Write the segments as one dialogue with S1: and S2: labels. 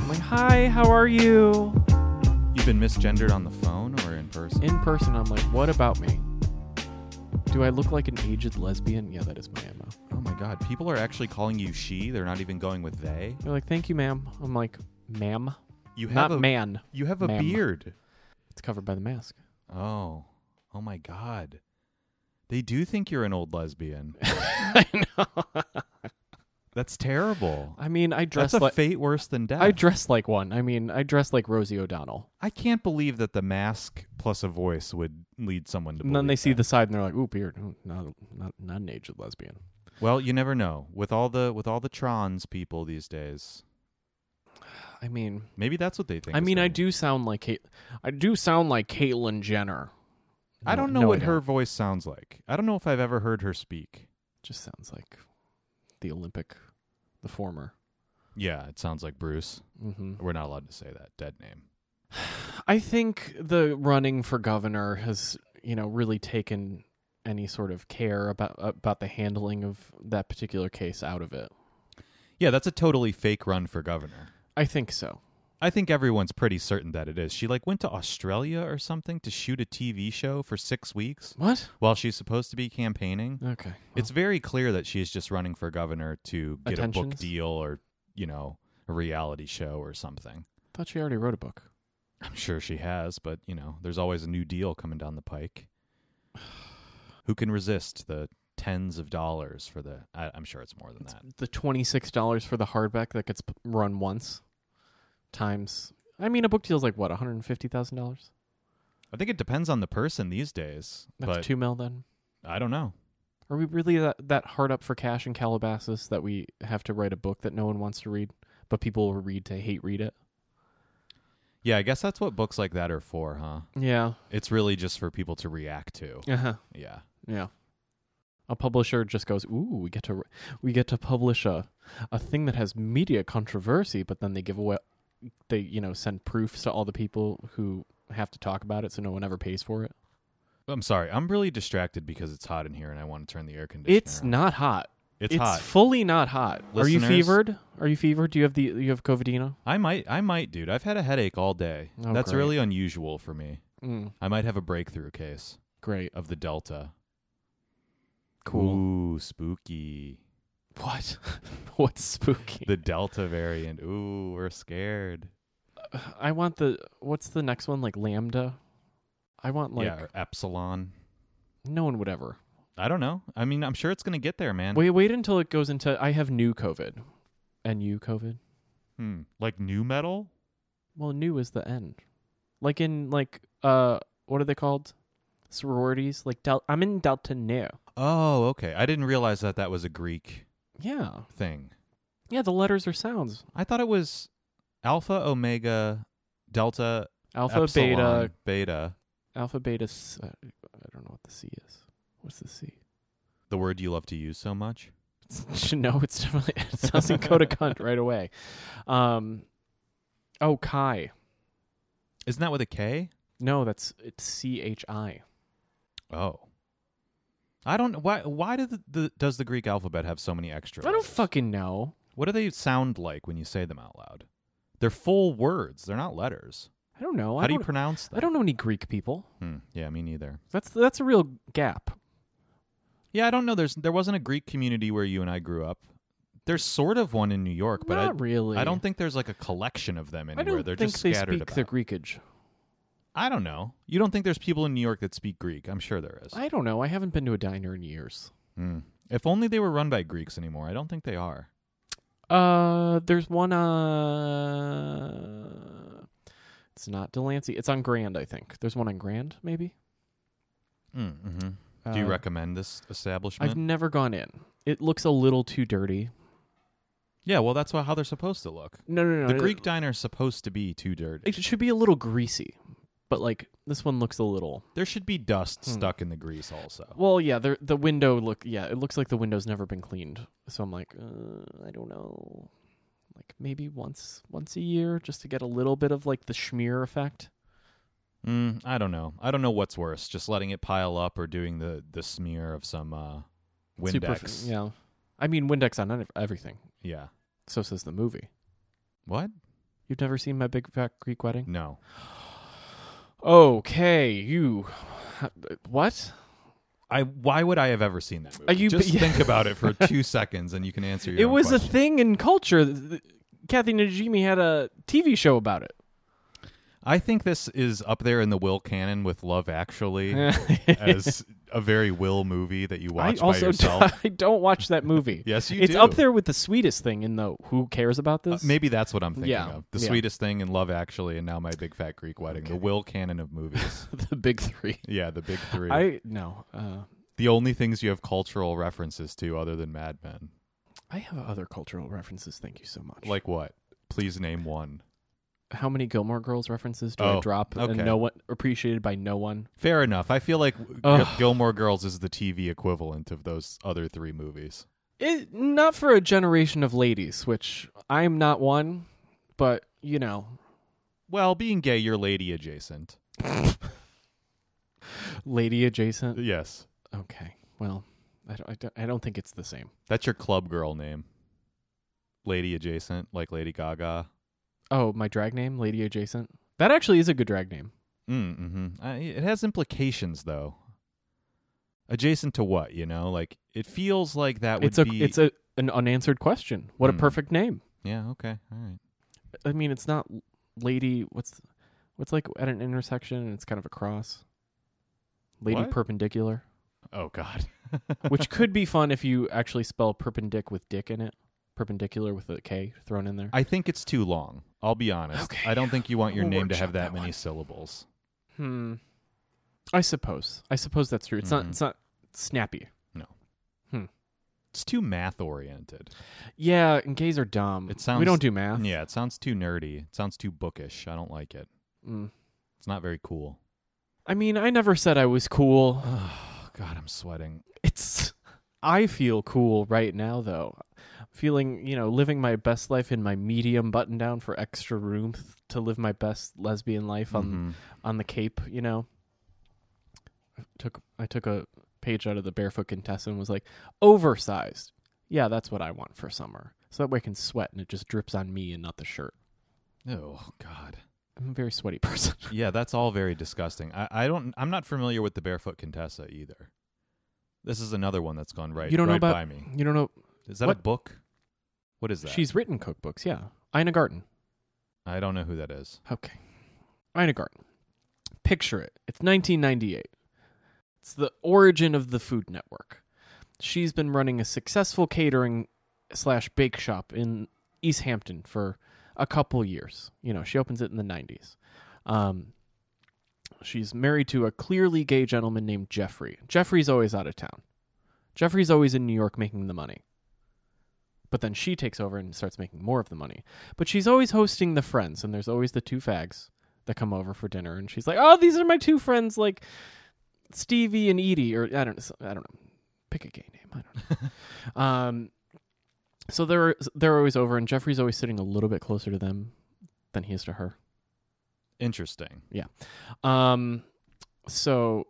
S1: Hi, how are you?
S2: You've been misgendered on the phone or in person?
S1: In person, I'm like, what about me? Do I look like an aged lesbian? Yeah, that is my MO.
S2: oh my god, people are actually calling you she. They're not even going with they.
S1: They're like, thank you, ma'am. I'm like, ma'am?
S2: You have
S1: Not
S2: a
S1: man.
S2: You have a
S1: ma'am.
S2: beard.
S1: It's covered by the mask.
S2: Oh. Oh my god. They do think you're an old lesbian.
S1: I know.
S2: That's terrible.
S1: I mean, I dress
S2: That's a
S1: like
S2: fate worse than death.
S1: I dress like one. I mean, I dress like Rosie O'Donnell.
S2: I can't believe that the mask plus a voice would lead someone to
S1: And then
S2: believe
S1: they see
S2: that.
S1: the side and they're like, "Ooh, beard. Ooh, not, not, not an aged lesbian."
S2: Well, you never know. With all the with all the trans people these days.
S1: I mean,
S2: Maybe that's what they think.
S1: I
S2: is
S1: mean, I
S2: going on.
S1: do sound like Kate. I do sound like Caitlyn Jenner.
S2: I
S1: No,
S2: don't know
S1: no,
S2: what
S1: I
S2: her voice sounds like. I don't know if I've ever heard her speak.
S1: just sounds like the Olympic, the former.
S2: Yeah, it sounds like Bruce.
S1: hmm
S2: We're not allowed to say that dead name.
S1: I think the running for governor has, you know, really taken any sort of care about about the handling of that particular case out of it.
S2: Yeah, that's a totally fake run for governor.
S1: I think so.
S2: I think everyone's pretty certain that it is. She like went to Australia or something to shoot a TV show for 6 weeks
S1: What?
S2: while she's supposed to be campaigning.
S1: Okay.
S2: It's very clear that she is just running for governor to get a book
S1: Attentions?
S2: deal or, you know, a reality show or something.
S1: I thought she already wrote a book.
S2: I'm sure she has, but you know, there's always a new deal coming down the pike. Who can resist the tens of dollars for the? I, I'm sure it's more than that.
S1: The twenty six dollars for the hardback that gets p- run once, times. I mean, a book deal's like what one hundred and fifty thousand dollars.
S2: I think it depends on the person these days,
S1: That's
S2: but
S1: two mil then.
S2: I don't know.
S1: Are we really that, that hard up for cash in Calabasas that we have to write a book that no one wants to read, but people will read to hate read it?
S2: Yeah, I guess that's what books like that are for, huh?
S1: Yeah.
S2: It's really just for people to react to.
S1: Uh huh.
S2: Yeah.
S1: Yeah. A publisher just goes, "Ooh, we get to we get to publish a a thing that has media controversy," but then they give away they you know send proofs to all the people who have to talk about it, so no one ever pays for it.
S2: I'm sorry. I'm really distracted because it's hot in here and I want to turn the air conditioner.
S1: It's
S2: on.
S1: not hot.
S2: It's, hot.
S1: fully not hot. Are you
S2: Listeners?
S1: fevered? Are you fevered? Do you have the you have covidina?
S2: I might I might, dude. I've had a headache all day.
S1: Oh,
S2: that's
S1: great.
S2: really unusual for me.
S1: Mm,
S2: I might have a breakthrough case
S1: great.
S2: of the delta.
S1: Cool.
S2: Ooh, spooky.
S1: What? What's spooky?
S2: The Delta variant. Ooh, we're scared.
S1: I want the what's the next one like lambda? I want like
S2: yeah, or Epsilon.
S1: no one would ever.
S2: I don't know. I mean, I'm sure it's going to get there, man.
S1: Wait, wait until it goes into I have new COVID, and you COVID.
S2: Hmm. Like new metal?
S1: Well, new is the end. Like in like uh, what are they called? Sororities. Like del- I'm in Delta Nu.
S2: Oh, okay. I didn't realize that that was a Greek
S1: Yeah,
S2: thing.
S1: yeah. The letters are sounds.
S2: I thought it was Alpha, Omega, Delta,
S1: Alpha,
S2: Epsilon,
S1: beta,
S2: Beta.
S1: alpha, beta. s- uh, I don't know what the C is. What's the C?
S2: The word you love to use so much.
S1: no, it's definitely it doesn't go to cunt right away. Um, oh, chi.
S2: Isn't that with a K?
S1: No, that's it's C H I.
S2: Oh. I don't why why do the, the does the Greek alphabet have so many extra?
S1: I don't
S2: letters?
S1: fucking know.
S2: What do they sound like when you say them out loud? They're full words. They're not letters.
S1: I don't know. I
S2: How do you
S1: don't-
S2: pronounce them?
S1: I don't know any Greek people.
S2: Hmm. Yeah, me neither.
S1: That's that's a real gap.
S2: Yeah, I don't know. There's there wasn't a Greek community where you and I grew up. There's sort of one in New York, but
S1: Not
S2: I,
S1: really.
S2: I don't think there's like a collection of them
S1: I
S2: anywhere.
S1: don't
S2: They're
S1: think
S2: just
S1: they
S2: scattered
S1: speak
S2: about.
S1: their Greekage.
S2: I don't know. You don't think there's people in New York that speak Greek? I'm sure there is.
S1: I don't know. I haven't been to a diner in years.
S2: Hmm. If only they were run by Greeks anymore. I don't think they are.
S1: Uh, there's one. Uh, it's not Delancey. It's on Grand, I think. There's one on Grand, maybe.
S2: Mm, hmm do you
S1: Uh,
S2: recommend this establishment?
S1: I've never gone in. It looks a little too dirty.
S2: yeah, well, that's wha- how they're supposed to look.
S1: No, no, no.
S2: The
S1: it-
S2: Greek diner's supposed to be too dirty.
S1: It should be a little greasy, but like this one looks a little.
S2: There should be dust
S1: Hmm.
S2: stuck in the grease also.
S1: Well, yeah, the the window look. Yeah, it looks like the window's never been cleaned. So I'm like, uh, I don't know, like maybe once once a year, just to get a little bit of like the schmear effect.
S2: Mm, I don't know. I don't know what's worse, just letting it pile up or doing the, the smear of some uh, Windex.
S1: Superf- yeah, I mean Windex on ev- everything.
S2: Yeah.
S1: So says the movie.
S2: What?
S1: You've never seen My Big Fat Greek Wedding?
S2: No.
S1: Okay, you. What?
S2: I why would I have ever seen that movie?
S1: Are you-
S2: Just
S1: yeah.
S2: think about it for 2 seconds and you can answer your
S1: it
S2: own
S1: was a
S2: question.
S1: thing in culture. Th- th- Kathy Najimy had a TV show about it.
S2: I think this is up there in the Will canon with Love Actually as a very Will movie that you watch
S1: I also
S2: by
S1: d-
S2: yourself.
S1: I don't watch that movie.
S2: Yes, you
S1: it's
S2: do.
S1: up there with the sweetest thing in the who cares about
S2: Uh,
S1: this?
S2: maybe that's what I'm thinking
S1: Yeah,
S2: of. The
S1: yeah.
S2: sweetest thing in Love Actually and now My Big Fat Greek Wedding. The Will canon of movies.
S1: the big three.
S2: yeah, the big 3.
S1: I no. Uh,
S2: the only things you have cultural references to other than Mad Men.
S1: I have other cultural references. Thank you so much.
S2: Like what? Please name one.
S1: how many Gilmore Girls references do I
S2: Oh,
S1: drop
S2: okay.
S1: and no one appreciated by no one?
S2: Fair enough. I feel like Gil-
S1: Ugh.
S2: Gilmore Girls is the TV equivalent of those other three movies.
S1: It, not for a generation of ladies, which I'm not one, but you know,
S2: Well, being gay, you're lady adjacent.
S1: lady adjacent.
S2: Yes.
S1: Okay, well, I don't, I don't, I don't think it's the same.
S2: That's your club girl name. Lady adjacent, like Lady Gaga.
S1: Oh, my drag name, lady adjacent. That actually is a good drag name.
S2: Mm, mm-hmm. I, it has implications, though. Adjacent to what, you know? Like, it feels like that would
S1: It's a
S2: be.
S1: it's a an unanswered question. What
S2: Hmm.
S1: a perfect name.
S2: yeah, okay. All right.
S1: I mean, it's not lady. What's what's like at an intersection and it's kind of a cross. Lady
S2: What?
S1: perpendicular,
S2: Oh, God.
S1: which could be fun if you actually spell perpendic with dick in it. Perpendicular with a K thrown in there.
S2: I think it's too long. I'll be honest.
S1: Okay.
S2: I don't think you want your
S1: We'll
S2: name to
S1: workshop
S2: have that,
S1: that
S2: many
S1: one.
S2: syllables.
S1: hmm. I suppose. I suppose that's true. It's not.
S2: Mhm.
S1: It's not snappy.
S2: It's too math oriented.
S1: Yeah, and gays are dumb.
S2: It sounds-
S1: We don't do math.
S2: Yeah, it sounds too nerdy. It sounds too bookish. I don't like it.
S1: Mm.
S2: It's not very cool.
S1: I mean, I never said I was cool.
S2: Oh, God, I'm sweating.
S1: It's. I feel cool right now, though. Feeling, you know, living my best life in my medium button down for extra room th- to live my best lesbian life on
S2: Mhm.
S1: on the Cape. You know, I took I took a page out of the Barefoot Contessa and was like, oversized. Yeah, that's what I want for summer. So that way I can sweat and it just drips on me and not the shirt.
S2: Oh, God.
S1: I'm a very sweaty person.
S2: Yeah, that's all very disgusting. I, I don't. I'm not familiar with the Barefoot Contessa either. This is another one that's gone right.
S1: You don't know
S2: right
S1: about-
S2: by me.
S1: you don't know.
S2: Is that a
S1: What?
S2: book? What is that?
S1: She's written cookbooks. Yeah, Ina Garten.
S2: I don't know who that is.
S1: Okay. Ina Garten. Picture it. It's 1998. It's the origin of the Food Network. She's been running a successful catering slash bake shop in East Hampton for a couple years. You know, she opens it in the 90s. Um, she's married to a clearly gay gentleman named Jeffrey. Jeffrey's always out of town. Jeffrey's always in New York making the money. But then she takes over and starts making more of the money. But she's always hosting the friends, and there's always the two fags that come over for dinner, and she's like, "Oh, these are my two friends, like Stevie and Edie, or I don't, I don't know, pick a gay name, I don't know." um, so they're they're always over, and Jeffrey's always sitting a little bit closer to them than he is to her.
S2: Interesting.
S1: Um, so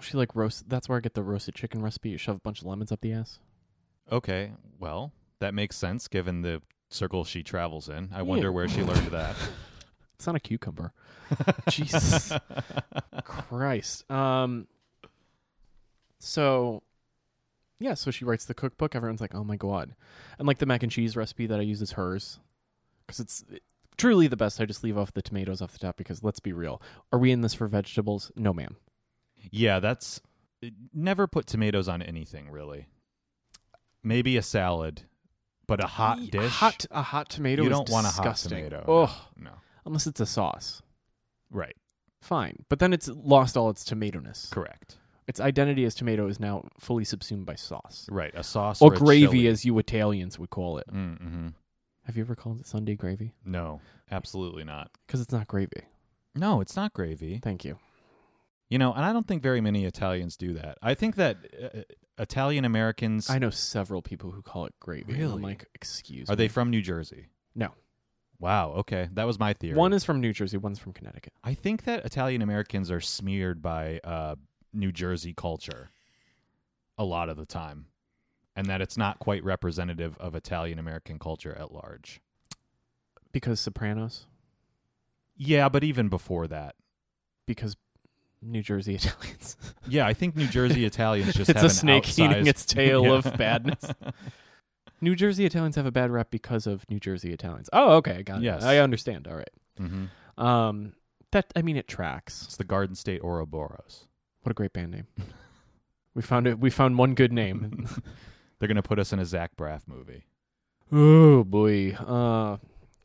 S1: she like roast. That's where I get the roasted chicken recipe. You shove a bunch of lemons up the ass.
S2: Okay. Well, that makes sense given the circle she travels in. I wonder where she learned that.
S1: It's not a cucumber. Jesus Christ. Um. So, yeah. So she writes the cookbook. Everyone's like, "Oh my god!" And like the mac and cheese recipe that I use is hers because it's truly the best. I just leave off the tomatoes off the top because let's be real. Are we in this for vegetables? No, ma'am.
S2: Yeah, that's uh, never put tomatoes on anything really. Maybe a salad, but a hot
S1: Ye-
S2: dish.
S1: Hot a hot tomato.
S2: you
S1: is
S2: don't want a hot
S1: disgusting.
S2: tomato.
S1: Ugh.
S2: No. no.
S1: Unless it's a sauce.
S2: Right.
S1: Fine, but then it's lost all its tomatoness.
S2: Correct.
S1: Its identity as tomato is now fully subsumed by sauce
S2: Right. A sauce
S1: or
S2: a
S1: gravy,
S2: chili.
S1: as you Italians would call it.
S2: Mm-hmm.
S1: Have you ever called it Sunday gravy?
S2: No, absolutely not.
S1: Because it's not gravy.
S2: No, it's not gravy.
S1: Thank you.
S2: You know, and I don't think very many Italians do that. I think that uh, Italian Americans
S1: I know several people who call it gravy. and
S2: Really?
S1: I'm like, excuse
S2: are
S1: me.
S2: they from New Jersey?
S1: No.
S2: Wow. Okay, that was my theory.
S1: One is from New Jersey, one's from Connecticut.
S2: I think that Italian Americans are smeared by uh, New Jersey culture a lot of the time, and that it's not quite representative of Italian American culture at large.
S1: Because Sopranos.
S2: Yeah, but even before that,
S1: because New Jersey Italians.
S2: yeah, I think New Jersey Italians just
S1: it's
S2: have
S1: a
S2: an
S1: snake eating
S2: outsized-
S1: its tail
S2: Yeah.
S1: of badness. New Jersey Italians have a bad rep because of New Jersey Italians. Oh, okay, I got it.
S2: Yes.
S1: I understand. All right.
S2: Mhm.
S1: Um, that I mean, it tracks.
S2: It's the Garden State Ouroboros.
S1: What a great band name. we found it. We found one good name.
S2: They're gonna put us in a Zach Braff movie.
S1: oh boy. Uh,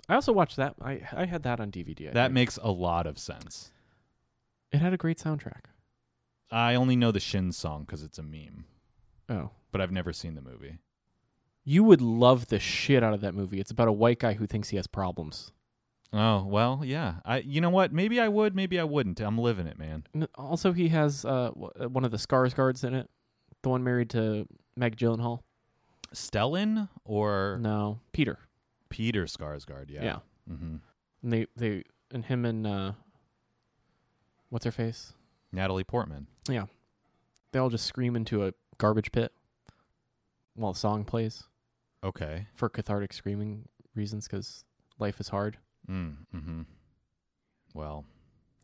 S1: I also watched that. I I had that on DVD. I
S2: That
S1: think.
S2: makes a lot of sense.
S1: it had a great soundtrack.
S2: I only know the Shin song because it's a meme,
S1: Oh.
S2: but I've never seen the movie.
S1: You would love the shit out of that movie. It's about a white guy who thinks he has problems.
S2: Oh well, yeah. I you know what? Maybe I would. Maybe I wouldn't. I'm living it, man.
S1: N- Also, he has uh, w- uh, one of the scars guards in it, the one married to Meg Gyllenhaal.
S2: Stellan or
S1: No, Peter.
S2: Peter Skarsgård? Yeah.
S1: Yeah.
S2: Mm-hmm.
S1: And they they and him and uh, what's her face?
S2: Natalie Portman.
S1: They all just scream into a garbage pit while a song plays
S2: Okay.
S1: for cathartic screaming reasons because life is hard.
S2: Mm, mm-hmm. Well,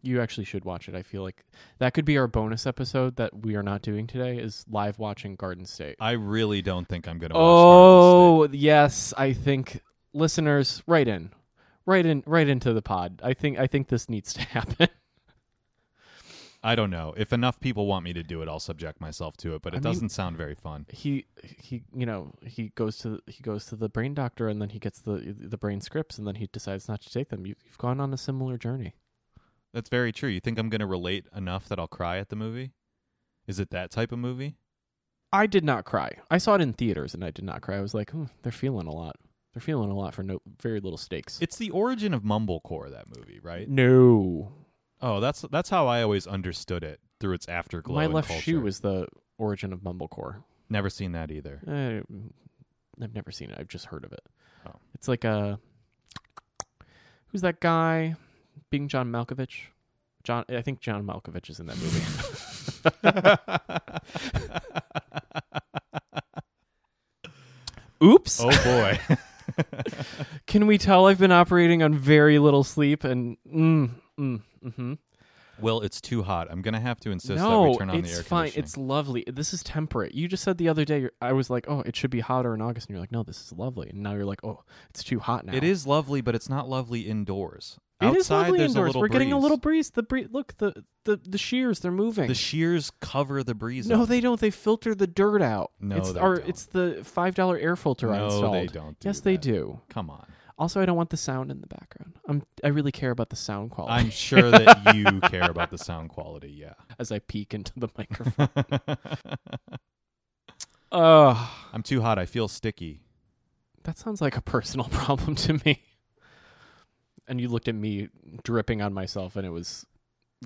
S1: You actually should watch it. I feel like that could be our bonus episode that we are not doing today is live watching Garden State.
S2: I really don't think I'm gonna. Watch
S1: Oh
S2: Garden
S1: yes, I think listeners, right in, right in, right into the pod. I think I think this needs to happen.
S2: State. I don't know if enough people want me to do it. I'll subject myself to it, but
S1: I
S2: it
S1: mean-
S2: doesn't sound very fun.
S1: he he, you know, he goes to he goes to the brain doctor, and then he gets the the brain scripts, and then he decides not to take them. You, you've gone on a similar journey.
S2: That's very true. You think I'm gonna relate enough that I'll cry at the movie? Is it that type of movie?
S1: I did not cry. I saw it in theaters, and I did not cry. I was like, hmm, they're feeling a lot. They're feeling a lot for no very little stakes.
S2: It's the origin of mumblecore. That movie, right?
S1: no,
S2: Oh, that's that's how I always understood it through its afterglow.
S1: my
S2: in
S1: left
S2: culture.
S1: shoe is the origin of mumblecore.
S2: never seen that either.
S1: I, mm, I've never seen it. I've just heard of it.
S2: Oh.
S1: It's like a who's that guy? Being John Malkovich. John, I think John Malkovich is in that movie. Oops!
S2: oh boy.
S1: Can we tell I've been operating on very little sleep and mm, mm, mm-hmm.
S2: Will, it's too hot. I'm gonna have to insist that
S1: no,
S2: we turn on the
S1: it's
S2: air
S1: fine.
S2: conditioning.
S1: It's lovely. This is temperate. You just said the other day. You're, I was like, oh, it should be hotter in August, and you're like, no, this is lovely. And now you're like, oh, it's too hot now.
S2: It is lovely, but it's not lovely indoors.
S1: It
S2: Outside,
S1: is lovely
S2: there's
S1: indoors.
S2: A little
S1: We're getting a
S2: breeze.
S1: little breeze. The breeze. Look, the the the shears. They're moving.
S2: The shears cover the breeze.
S1: no,
S2: up.
S1: they don't. They filter the dirt out.
S2: No,
S1: it's,
S2: they
S1: our-
S2: don't.
S1: It's the five dollar air filter I
S2: No,
S1: installed.
S2: they don't. do
S1: yes, they
S2: that.
S1: do.
S2: Come on.
S1: Also, I don't want the sound in the background. I'm. I really care about the sound quality
S2: I'm sure that you care about the sound quality. Yeah.
S1: as I peek into the microphone. Ugh.
S2: I'm too hot. I feel sticky.
S1: That sounds like a personal problem to me. And you looked at me dripping on myself, and it was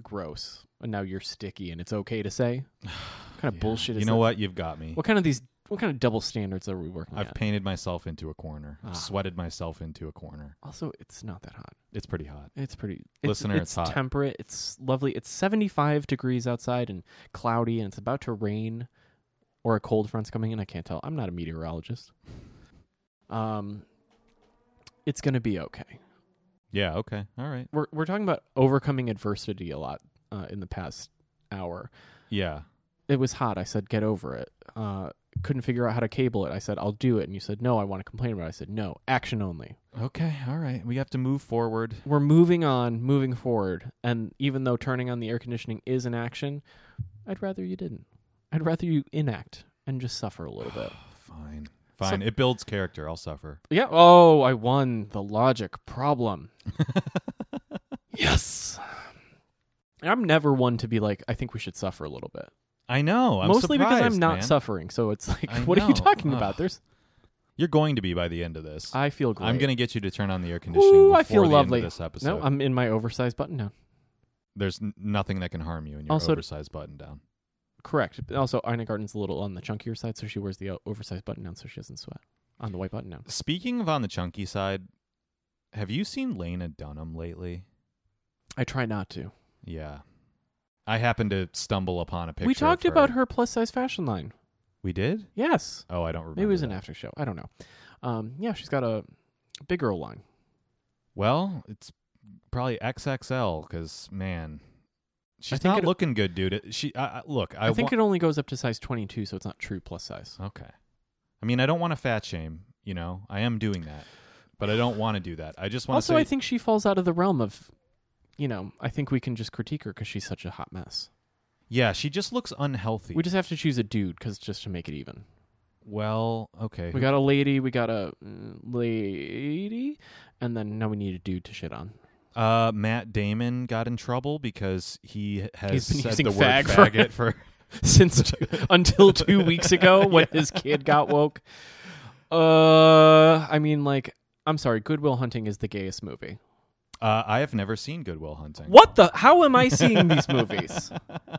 S1: gross. And now you're sticky, and it's okay to say. What kind of
S2: Yeah.
S1: bullshit is
S2: You know
S1: that?
S2: what? You've got me.
S1: What kind of these? What kind of double standards are we working
S2: I've
S1: at?
S2: painted myself into a corner.
S1: Ah.
S2: I've sweated myself into a corner.
S1: also, it's not that hot.
S2: It's pretty hot.
S1: It's pretty. It's,
S2: Listener,
S1: it's,
S2: it's hot.
S1: temperate. It's lovely. It's seventy-five degrees outside and cloudy, and it's about to rain, or a cold front's coming in. I can't tell. I'm not a meteorologist. Um, it's gonna be okay.
S2: Yeah. Okay. All right.
S1: We're we're talking about overcoming adversity a lot uh, in the past hour.
S2: Yeah.
S1: It was hot. I said, get over it. Uh, couldn't figure out how to cable it. I said, I'll do it. And you said, no, I want to complain about it. I said, no, action only.
S2: Okay. All right. We have to move forward.
S1: we're moving on, moving forward, and even though turning on the air conditioning is an action, I'd rather you didn't. I'd rather you inact and just suffer a little bit.
S2: Fine. Fine. it builds character. I'll suffer.
S1: Yeah. Oh, I won the logic problem. yes. I'm never one to be like, I think we should suffer a little bit.
S2: I know. I'm
S1: Mostly because I'm
S2: surprised,
S1: not
S2: man.
S1: suffering. So it's like,
S2: I
S1: what are you
S2: know.
S1: talking
S2: Ugh.
S1: about? There's,
S2: You're going to be by the end of this.
S1: I feel great.
S2: I'm going to get you to turn on the air conditioning.
S1: Ooh,
S2: before
S1: I feel
S2: the
S1: lovely.
S2: End of this episode.
S1: No, I'm in my oversized button now.
S2: There's n- nothing that can harm you in your
S1: Also-
S2: oversized button down.
S1: Correct. Also, Ina Garten's a little on the chunkier side, so she wears the o- oversized button down so she doesn't sweat on the white button down.
S2: Speaking of on the chunky side, have you seen Lena Dunham lately?
S1: I try not to.
S2: Yeah. I happened to stumble upon a picture.
S1: we talked
S2: of
S1: about her plus size fashion line.
S2: We did?
S1: Yes.
S2: Oh, I don't remember.
S1: Maybe it was an
S2: that.
S1: after show. I don't know. Um, yeah, she's got a big girl line.
S2: Well, it's probably XXL because man, she's
S1: think
S2: not
S1: it-
S2: looking good, dude. It- She, I, I, look, I,
S1: I, think
S2: wa-
S1: it only goes up to size 22, so it's not true plus size.
S2: okay. I mean, I don't want to fat shame. You know, I am doing that, but I don't want to do that. I just want to
S1: Also,
S2: say
S1: I think she falls out of the realm of, you know, I think we can just critique her because she's such a hot mess.
S2: Yeah, she just looks unhealthy.
S1: We just have to choose a dude because just to make it even.
S2: well, okay.
S1: We got a lady, we got a mm, lady, and then now we need a dude to shit on.
S2: uh, Matt Damon got in trouble because he has
S1: He's been
S2: said
S1: using
S2: the word
S1: fag for-
S2: faggot for.
S1: Since t- until two weeks ago when his kid got woke. Uh, I mean, like, I'm sorry, Goodwill Hunting is the gayest movie.
S2: Uh, I have never seen Goodwill Hunting.
S1: What the? How am I seeing these movies?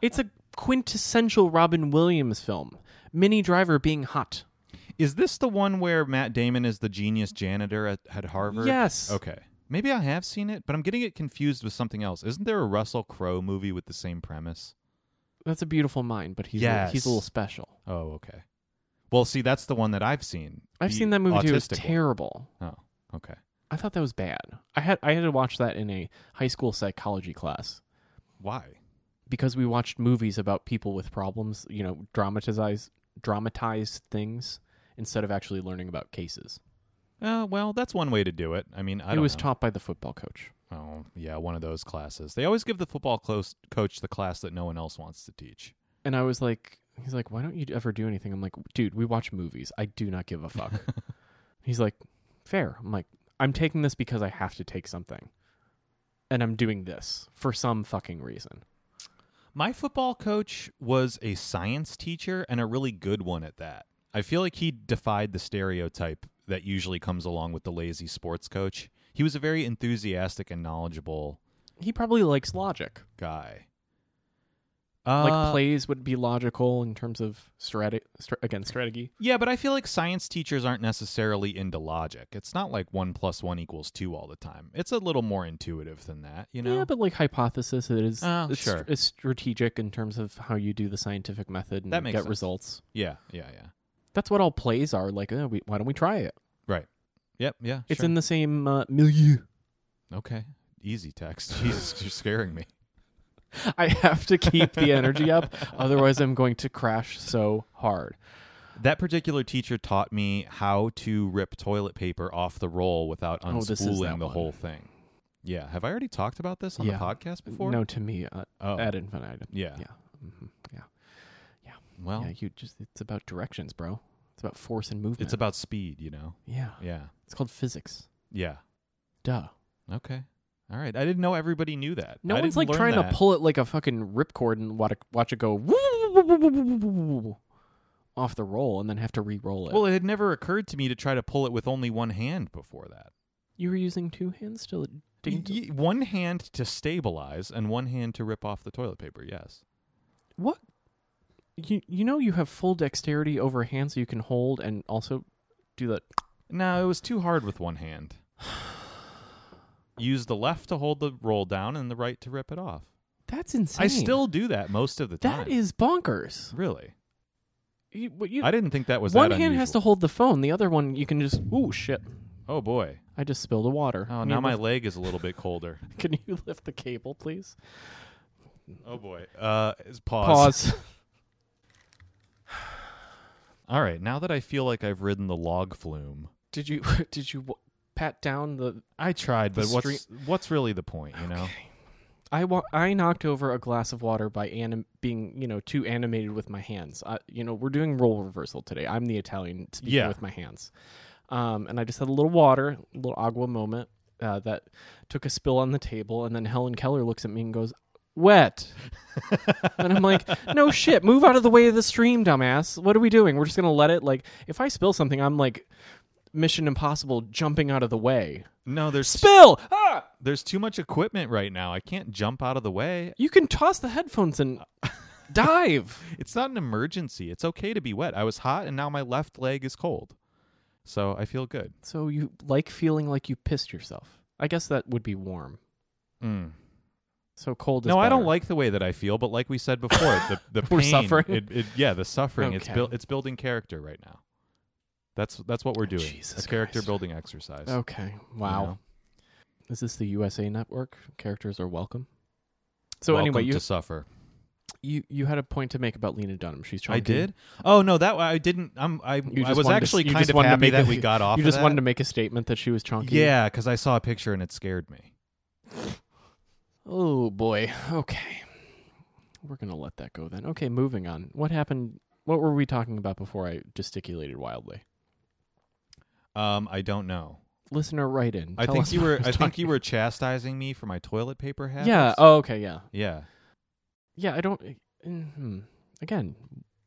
S1: It's a quintessential Robin Williams film. Mini Driver being hot.
S2: Is this the one where Matt Damon is the genius janitor at, at Harvard?
S1: Yes.
S2: Okay. Maybe I have seen it, but I'm getting it confused with something else. Isn't there a Russell Crowe movie with the same premise?
S1: That's a beautiful mind, but he's a, he's
S2: Yes.
S1: a little special.
S2: Oh, okay. Well, see, that's the one that I've seen.
S1: I've
S2: The
S1: seen that movie too. It was
S2: autistic one.
S1: terrible.
S2: Oh, okay.
S1: I thought that was bad. I had I had to watch that in a high school psychology class
S2: Why?
S1: because we watched movies about people with problems, you know, dramatize dramatized things instead of actually learning about cases.
S2: Uh, well, that's one way to do it. I mean, I
S1: it
S2: don't
S1: was
S2: know.
S1: taught by the football coach.
S2: Oh, yeah, one of those classes. They always give the football close coach the class that no one else wants to teach.
S1: And I was like he's like, "Why don't you ever do anything?" I'm like, "Dude, we watch movies. I do not give a fuck." he's like, "Fair." I'm like, "I'm taking this because I have to take something." And I'm doing this for some fucking reason.
S2: My football coach was a science teacher and a really good one at that. I feel like he defied the stereotype that usually comes along with the lazy sports coach. He was a very enthusiastic and knowledgeable
S1: He probably likes logic.
S2: guy.
S1: like
S2: Uh,
S1: plays would be logical in terms of strategy stra- again strategy
S2: Yeah, but I feel like science teachers aren't necessarily into logic. It's not like one plus one equals two all the time. It's a little more intuitive than that, you know?
S1: yeah but like hypothesis it is
S2: Oh,
S1: it's,
S2: sure.
S1: it's strategic in terms of how you do the scientific method and
S2: That makes
S1: get
S2: sense.
S1: results
S2: yeah, yeah, yeah.
S1: that's what all plays are like eh, we, why don't we try it
S2: Right. Yep, yeah.
S1: it's
S2: sure.
S1: in the same uh, milieu
S2: Okay. Easy text. Jesus, you're scaring me.
S1: i have to keep the energy up otherwise i'm going to crash so hard
S2: That particular teacher taught me how to rip toilet paper off the roll without
S1: Oh, this is
S2: unspooling
S1: that
S2: the
S1: one.
S2: whole thing. Yeah. Have I already talked about this on
S1: Yeah.
S2: the podcast before?
S1: no to me uh,
S2: Oh,
S1: ad infinitum
S2: yeah.
S1: yeah hmm yeah
S2: Well,
S1: yeah you just it's about directions bro it's about force and movement
S2: it's about speed, you know?
S1: yeah
S2: Yeah.
S1: it's called physics
S2: Yeah.
S1: duh
S2: Okay. All right. I didn't know everybody knew that.
S1: No
S2: I
S1: one's like
S2: didn't learn
S1: trying
S2: that.
S1: to pull it like a fucking ripcord and watch it, watch it go woo- woo- woo- woo- woo- woo- woo- woo off the roll and then have to re-roll it.
S2: Well, it had never occurred to me to try to pull it with only one hand before that.
S1: you were using two hands to dig into-
S2: Y- one hand to stabilize and one hand to rip off the toilet paper. Yes.
S1: what? You you know you have full dexterity over hands so you can hold and also do that.
S2: No, it was too hard with one hand. Use the left to hold the roll down and the right to rip it off.
S1: That's insane.
S2: I still do that most of the time.
S1: that is bonkers.
S2: really.
S1: You, but you,
S2: I didn't think that was
S1: one
S2: that
S1: hand has to
S2: unusual.
S1: hold the phone, the other one you can just ooh shit.
S2: Oh boy.
S1: I just spilled a water.
S2: Oh,
S1: Can
S2: now
S1: you
S2: my
S1: lift-
S2: leg is a little bit colder.
S1: can you lift the cable, please?
S2: Oh boy. Uh, is- pause.
S1: Pause.
S2: All right. Now that I feel like I've ridden the log flume,
S1: did you did you w- pat down the
S2: I tried,
S1: The
S2: but what's what's really the point? You know.
S1: I wa- I knocked over a glass of water by anim- being you know too animated with my hands. I, you know we're doing role reversal today. I'm the Italian speaking
S2: Yeah.
S1: with my hands, um, and I just had a little water, a little agua moment uh, that took a spill on the table, and then Helen Keller looks at me and goes, "Wet," and I'm like, "No shit, move out of the way of the stream, dumbass. What are we doing? We're just gonna let it like if I spill something, I'm like." Mission Impossible jumping out of the way.
S2: No, there's
S1: Spill! Ah!
S2: there's too much equipment right now. I can't jump out of the way.
S1: You can toss the headphones and dive.
S2: It's not an emergency. It's okay to be wet. I was hot and now my left leg is cold. So I feel good.
S1: So you like feeling like you pissed yourself. I guess that would be warm.
S2: Mm.
S1: So cold is
S2: No, I don't
S1: better.
S2: like the way that I feel, but like we said before, the, the pain,
S1: We're suffering.
S2: It, it, yeah, the suffering. It's
S1: Okay.
S2: buil- it's building character right now. That's that's what we're doing.
S1: Oh, Jesus
S2: a character
S1: Christ. Oh,
S2: building exercise.
S1: Okay. Wow.
S2: know?
S1: is this the USA Network? Characters are welcome. So
S2: Welcome
S1: anyway, you,
S2: to suffer.
S1: you you had a point to make about Lena Dunham. She's trying.
S2: I
S1: to-
S2: did. Oh no, that I didn't. I'm, I
S1: You
S2: I
S1: just
S2: was
S1: wanted to-
S2: actually
S1: you
S2: kind
S1: just
S2: of
S1: wanted to
S2: happy
S1: make
S2: that
S1: a-
S2: we got off.
S1: You
S2: of
S1: just
S2: that.
S1: wanted to make a statement that she was chunky.
S2: Yeah, because I saw a picture and it scared me.
S1: Oh boy. Okay. We're gonna let that go then. Okay, moving on. What happened? What were we talking about before I gesticulated wildly?
S2: Um, I don't know.
S1: Listener, write in.
S2: I
S1: Tell
S2: think
S1: us
S2: you
S1: what
S2: were.
S1: was
S2: I think
S1: talking
S2: you were chastising me for my toilet paper
S1: about.
S2: habits.
S1: Yeah. Oh, okay. Yeah.
S2: Yeah.
S1: Yeah. I don't. hmm Again.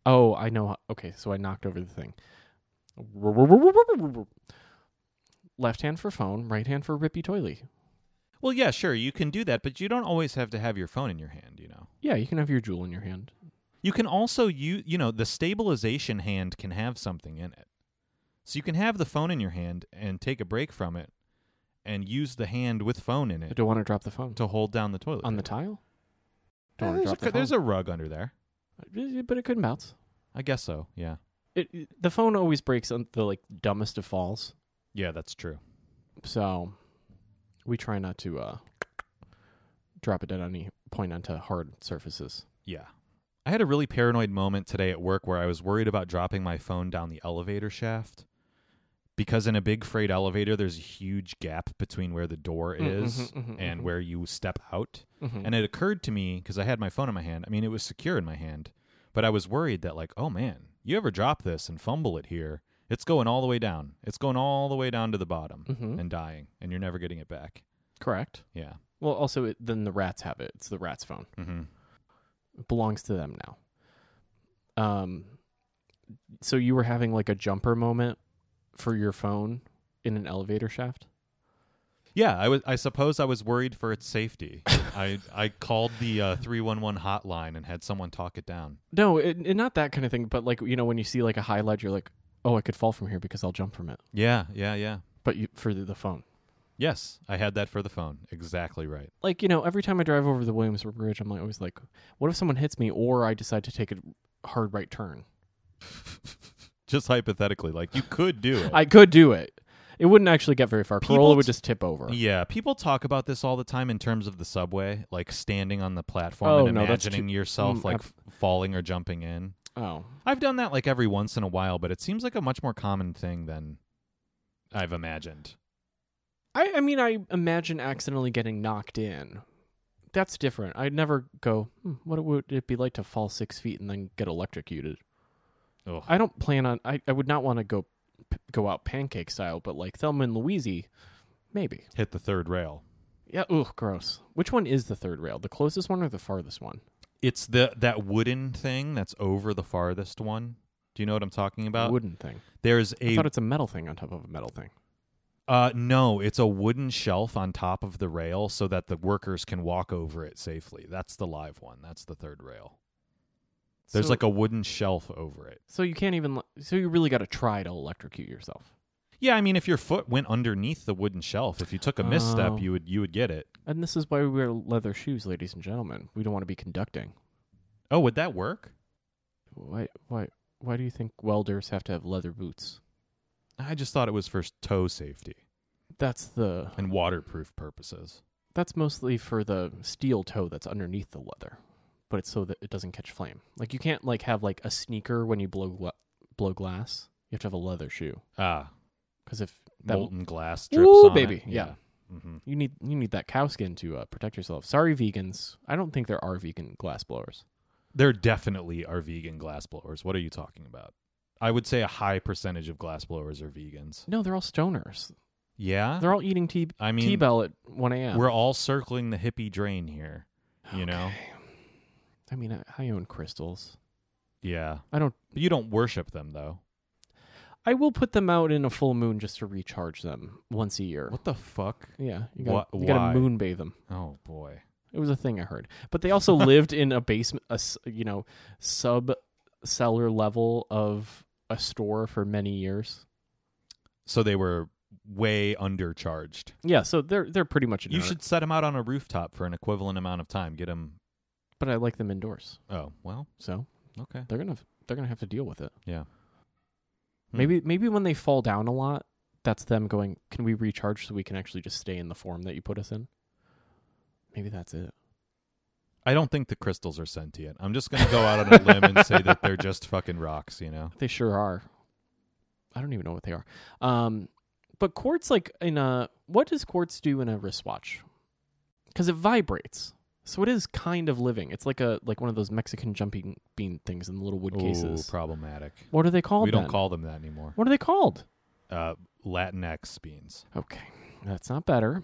S1: Oh, I know. Okay. So I knocked over the thing. Left hand for phone, right hand for rippy toily.
S2: Well, yeah, sure, you can do that, but you don't always have to have your phone in your hand. You know.
S1: Yeah, you can have your jewel in your hand.
S2: You can also you you know the stabilization hand can have something in it, so you can have the phone in your hand and take a break from it, and use the hand with phone in
S1: I
S2: it
S1: don't want to drop the phone
S2: to hold down the toilet
S1: on the
S2: paper.
S1: tile.
S2: Yeah,
S1: Don't want to
S2: there's, a,
S1: drop the
S2: there's
S1: phone. Uh,
S2: a rug under there.
S1: but it couldn't bounce.
S2: I guess so. Yeah.
S1: it, it- the phone always breaks on the like dumbest of falls.
S2: Yeah, that's true.
S1: So we try not to uh drop it at any point onto hard surfaces.
S2: Yeah. I had a really paranoid moment today at work where I was worried about dropping my phone down the elevator shaft because in a big freight elevator there's a huge gap between where the door
S1: Mm,
S2: is
S1: mhm, mhm,
S2: and
S1: mhm.
S2: where you step out.
S1: Mhm.
S2: And it occurred to me because I had my phone in my hand. I mean, it was secure in my hand, but I was worried that like, oh man, you ever drop this and fumble it here, it's going all the way down. It's going all the way down to the bottom
S1: Mhm.
S2: and dying and you're never getting it back.
S1: Correct.
S2: Yeah.
S1: Well, also it, then the rats have it. It's the rat's phone.
S2: Mhm.
S1: It belongs to them now. Um, so you were having like a jumper moment for your phone in an elevator shaft.
S2: Yeah, I was. I suppose I was worried for its safety. I I called the uh, three one one hotline and had someone talk it down.
S1: No, it, it, not that kind of thing. But like you know, when you see like a highlight, you're like, oh, I could fall from here because I'll jump from it.
S2: Yeah, yeah, yeah.
S1: But you for the, the phone.
S2: Yes, I had that for the phone. Exactly right.
S1: like you know every time i drive over the williamsburg bridge i'm like, always like what if someone hits me or i decide to take a hard right turn
S2: Just hypothetically, like you could do it.
S1: i could do it it wouldn't actually get very far
S2: People
S1: corolla would
S2: t-
S1: just tip over
S2: yeah, people talk about this all the time in terms of the subway, like standing on the platform
S1: Oh,
S2: and
S1: no, that's
S2: imagining
S1: too-
S2: yourself
S1: Mm,
S2: like
S1: I've-
S2: f- falling or jumping in.
S1: oh
S2: I've done that like every once in a while, but it seems like a much more common thing than I've imagined.
S1: I, I mean i imagine accidentally getting knocked in that's different i'd never go hmm, what would it be like to fall six feet and then get electrocuted
S2: Ugh.
S1: i don't plan on i, I would not want to go p- go out pancake style but like thelma and louise maybe
S2: Hit the third rail.
S1: yeah ugh gross which one is the third rail the closest one or the farthest one
S2: It's the that wooden thing that's over the farthest one. Do you know what I'm talking about?
S1: wooden thing.
S2: There's
S1: I
S2: a
S1: thought it's a metal thing on top of a metal thing.
S2: uh no, it's a wooden shelf on top of the rail so that the workers can walk over it safely. That's the live one. That's the third rail. There's
S1: so,
S2: like a wooden shelf over it.
S1: so you can't even so you really got to try to electrocute yourself.
S2: Yeah, I mean if your foot went underneath the wooden shelf, if you took a
S1: Oh.
S2: misstep, you would you would get it.
S1: And this is why we wear leather shoes, ladies and gentlemen. We don't want to be conducting.
S2: Oh, would that work?
S1: Why why why do you think welders have to have leather boots?
S2: I just thought it was for toe safety
S1: That's the
S2: and waterproof purposes.
S1: that's mostly for the steel toe that's underneath the leather, but it's so that it doesn't catch flame. Like you can't like have like a sneaker when you blow gla- blow glass. You have to have a leather shoe
S2: Ah,
S1: because if that
S2: molten glass drips
S1: Ooh,
S2: on
S1: baby,
S2: it.
S1: yeah.
S2: Mm-hmm.
S1: You need you need that cow skin to uh, protect yourself. Sorry, vegans. I don't think there are vegan glass blowers.
S2: There definitely are vegan glass blowers. What are you talking about? I would say a high percentage of glass blowers are vegans.
S1: No, they're all stoners.
S2: Yeah.
S1: They're all eating tea
S2: I
S1: tea
S2: mean,
S1: bell at one a.m.
S2: we're all circling the hippie drain here, you know?
S1: I mean, I, I own crystals.
S2: Yeah.
S1: I don't.
S2: But you don't worship them, though.
S1: I will put them out in a full moon just to recharge them once a year.
S2: What the fuck?
S1: Yeah, you gotta,
S2: Wha-
S1: you gotta
S2: why?
S1: moon bathe them.
S2: Oh, boy.
S1: It was a thing I heard. But they also lived in a basement, a s- you know, sub cellar level of a store for many years.
S2: So they were way undercharged.
S1: Yeah, so they're they're pretty much.
S2: You
S1: inert,
S2: should set them out on a rooftop for an equivalent amount of time. Get them.
S1: but I like them indoors.
S2: Oh, well,
S1: So
S2: okay.
S1: they're gonna they're gonna have to deal with it.
S2: Yeah. Hmm.
S1: Maybe maybe when they fall down a lot, that's them going, can we recharge so we can actually just stay in the form that you put us in? Maybe that's it.
S2: I don't think the crystals are sentient. I'm just going to go out on a limb and say that they're just fucking rocks, you know?
S1: They sure are. I don't even know what they are. Um, but quartz, like in a, what does quartz do in a wristwatch? Because it vibrates, so it is kind of living. It's like a like one of those Mexican jumping bean things in the little wood
S2: Ooh,
S1: cases.
S2: problematic.
S1: what are they called?
S2: We don't
S1: then?
S2: call them that anymore.
S1: What are they called?
S2: Uh, Latinx beans.
S1: Okay, that's not better.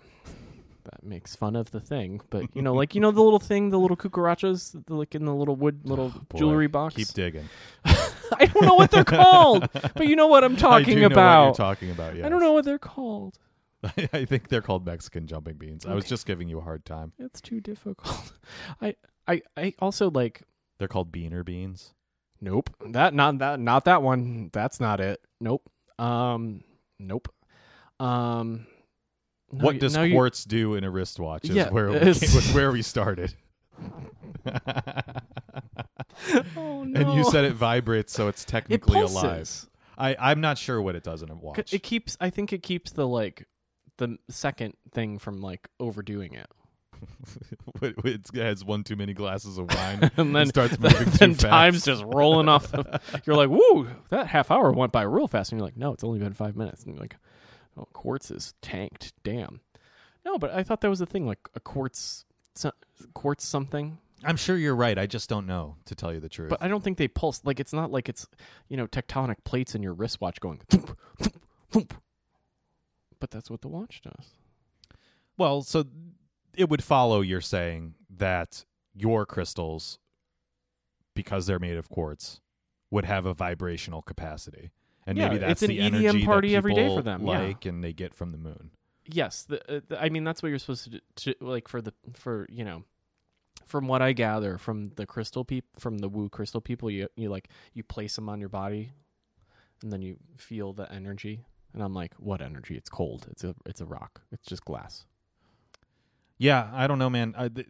S1: That makes fun of the thing, but you know, like you know, the little thing, the little cucarachas, the, like in the little wood, little
S2: Oh, Boy,
S1: jewelry box.
S2: Keep digging.
S1: I don't know what they're called, but you know what I'm
S2: I do
S1: talking
S2: know
S1: about.
S2: what you're talking about, yes.
S1: I don't know what they're called.
S2: I think they're called Mexican jumping beans. I was
S1: Okay.
S2: just giving you a hard time.
S1: It's too difficult. I, I, I also like.
S2: They're called beaner beans.
S1: Nope. That not that not that one. That's not it. Nope. Um. Nope. Um. now
S2: what
S1: you-
S2: does
S1: now you-
S2: quartz do in a wristwatch? Is
S1: Yeah,
S2: where we
S1: it's-
S2: came- was where we started.
S1: Oh, no.
S2: And you said it vibrates, so it's
S1: it
S2: technically
S1: pulses.
S2: alive. I, I'm not sure what it does in a
S1: C-
S2: watch.
S1: It keeps. I think it keeps the like the second thing from like overdoing it.
S2: It- it has one too many glasses of wine
S1: And
S2: and
S1: then-
S2: starts moving too
S1: then
S2: fast.
S1: time's just rolling off. The, you're like, woo, that half hour went by real fast. And you're like, no, it's only been five minutes. And you're like, oh, quartz is tanked. Damn. No, but I thought that was the thing, like a quartz, so- quartz something.
S2: I'm sure you're right. I just don't know to tell you the truth.
S1: But I don't think they pulse. Like it's not like it's you know tectonic plates in your wristwatch going. Thump, thump, thump. But that's what the watch does.
S2: well, so it would follow you're saying that your crystals, because they're made of quartz, would have a vibrational capacity. And
S1: Yeah,
S2: maybe
S1: it's
S2: that's
S1: an
S2: the
S1: EDM
S2: energy
S1: party
S2: that
S1: every day
S2: people
S1: for them, yeah.
S2: like and they get from the moon.
S1: Yes, the, uh, the, I mean that's what you're supposed to, do, to like for the for you know, from what I gather from the crystal peop from the woo crystal people, you you like you place them on your body, and then you feel the energy. And I'm like, what energy? It's cold. It's a it's a rock. It's just glass.
S2: Yeah, I don't know, man. I, the,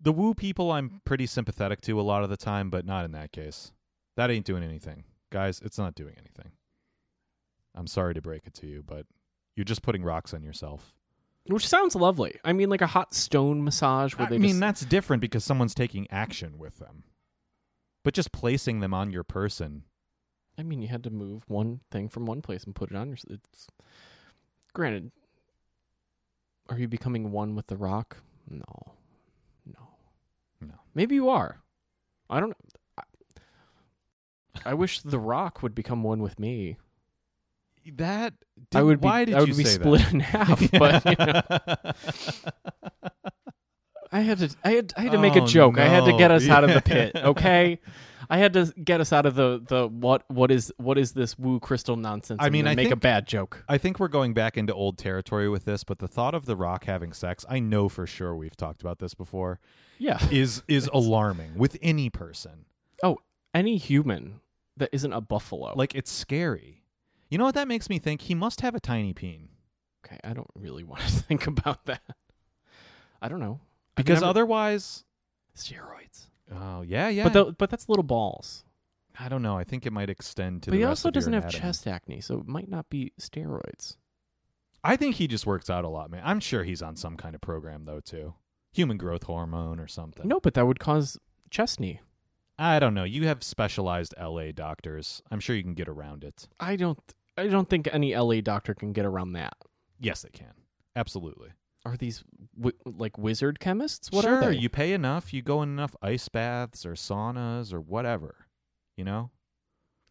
S2: the woo people, I'm pretty sympathetic to a lot of the time, but not in that case. That ain't doing anything, guys. It's not doing anything. I'm sorry to break it to you, but you're just putting rocks on yourself.
S1: Which sounds lovely. I mean, like a hot stone massage where
S2: I
S1: they
S2: mean,
S1: just
S2: that's different because someone's taking action with them. But just placing them on your person,
S1: I mean, you had to move one thing from one place and put it on your. It's granted. Are you becoming one with the rock? No, no,
S2: No.
S1: Maybe you are. I don't. I, I wish the rock would become one with me.
S2: that
S1: I would be.
S2: Why did
S1: I would
S2: you
S1: be
S2: say
S1: split
S2: that?
S1: in half. But you know, I had to. I had. I had to make
S2: Oh,
S1: a joke. I had to get
S2: no.
S1: us out of the pit. Okay. I had to get us out of the, the what what is what is this woo crystal nonsense?
S2: I
S1: and
S2: mean,
S1: then
S2: I
S1: make a
S2: think-
S1: bad joke.
S2: I think we're going back into old territory with this, but the thought of the Rock having sex, I know for sure we've talked about this before,
S1: Yeah.
S2: is is alarming with any person.
S1: Oh, any human that isn't a buffalo.
S2: Like it's scary. You know what that makes me think? He must have a tiny peen
S1: okay, I don't really want to think about that. I don't know I've
S2: because
S1: never-
S2: otherwise,
S1: steroids,
S2: oh yeah, yeah.
S1: but tho- but that's little balls.
S2: I don't know. I think it might extend to.
S1: But
S2: the
S1: he
S2: rest
S1: also
S2: of your
S1: doesn't have
S2: anatomy.
S1: chest acne, so it might not be steroids.
S2: I think he just works out a lot, man. I'm sure he's on some kind of program though too, human growth hormone or something.
S1: No, but that would cause chestney.
S2: I don't know. You have specialized LA doctors. I'm sure you can get around it.
S1: I don't. I don't think any LA doctor can get around that.
S2: Yes, they can. Absolutely.
S1: Are these wi- like wizard chemists? What
S2: sure,
S1: are they?
S2: you pay enough, you go in enough ice baths or saunas or whatever. You know,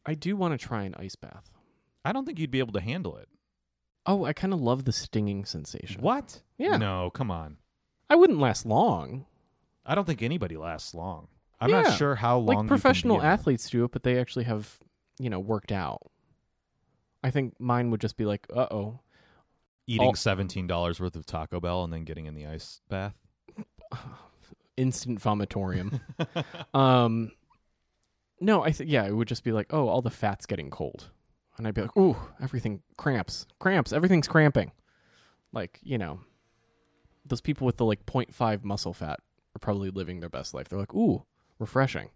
S1: I do want to try an ice bath.
S2: I don't think you'd be able to handle it.
S1: Oh, I kind of love the stinging sensation.
S2: What?
S1: Yeah.
S2: No, come on.
S1: I wouldn't last long.
S2: I don't think anybody lasts long. I'm
S1: Yeah.
S2: not sure how long.
S1: like
S2: you can be
S1: professional
S2: in there.
S1: athletes do it, but they actually have you know worked out. I think mine would just be like, uh oh,
S2: eating
S1: all-
S2: seventeen dollars worth of Taco Bell and then getting in the ice bath.
S1: instant vomitorium. um, no, I th- yeah, it would just be like, oh, all the fat's getting cold, and I'd be like, ooh, everything cramps, cramps, everything's cramping. Like you know, those people with the like 0.5 muscle fat are probably living their best life. They're like, ooh, refreshing.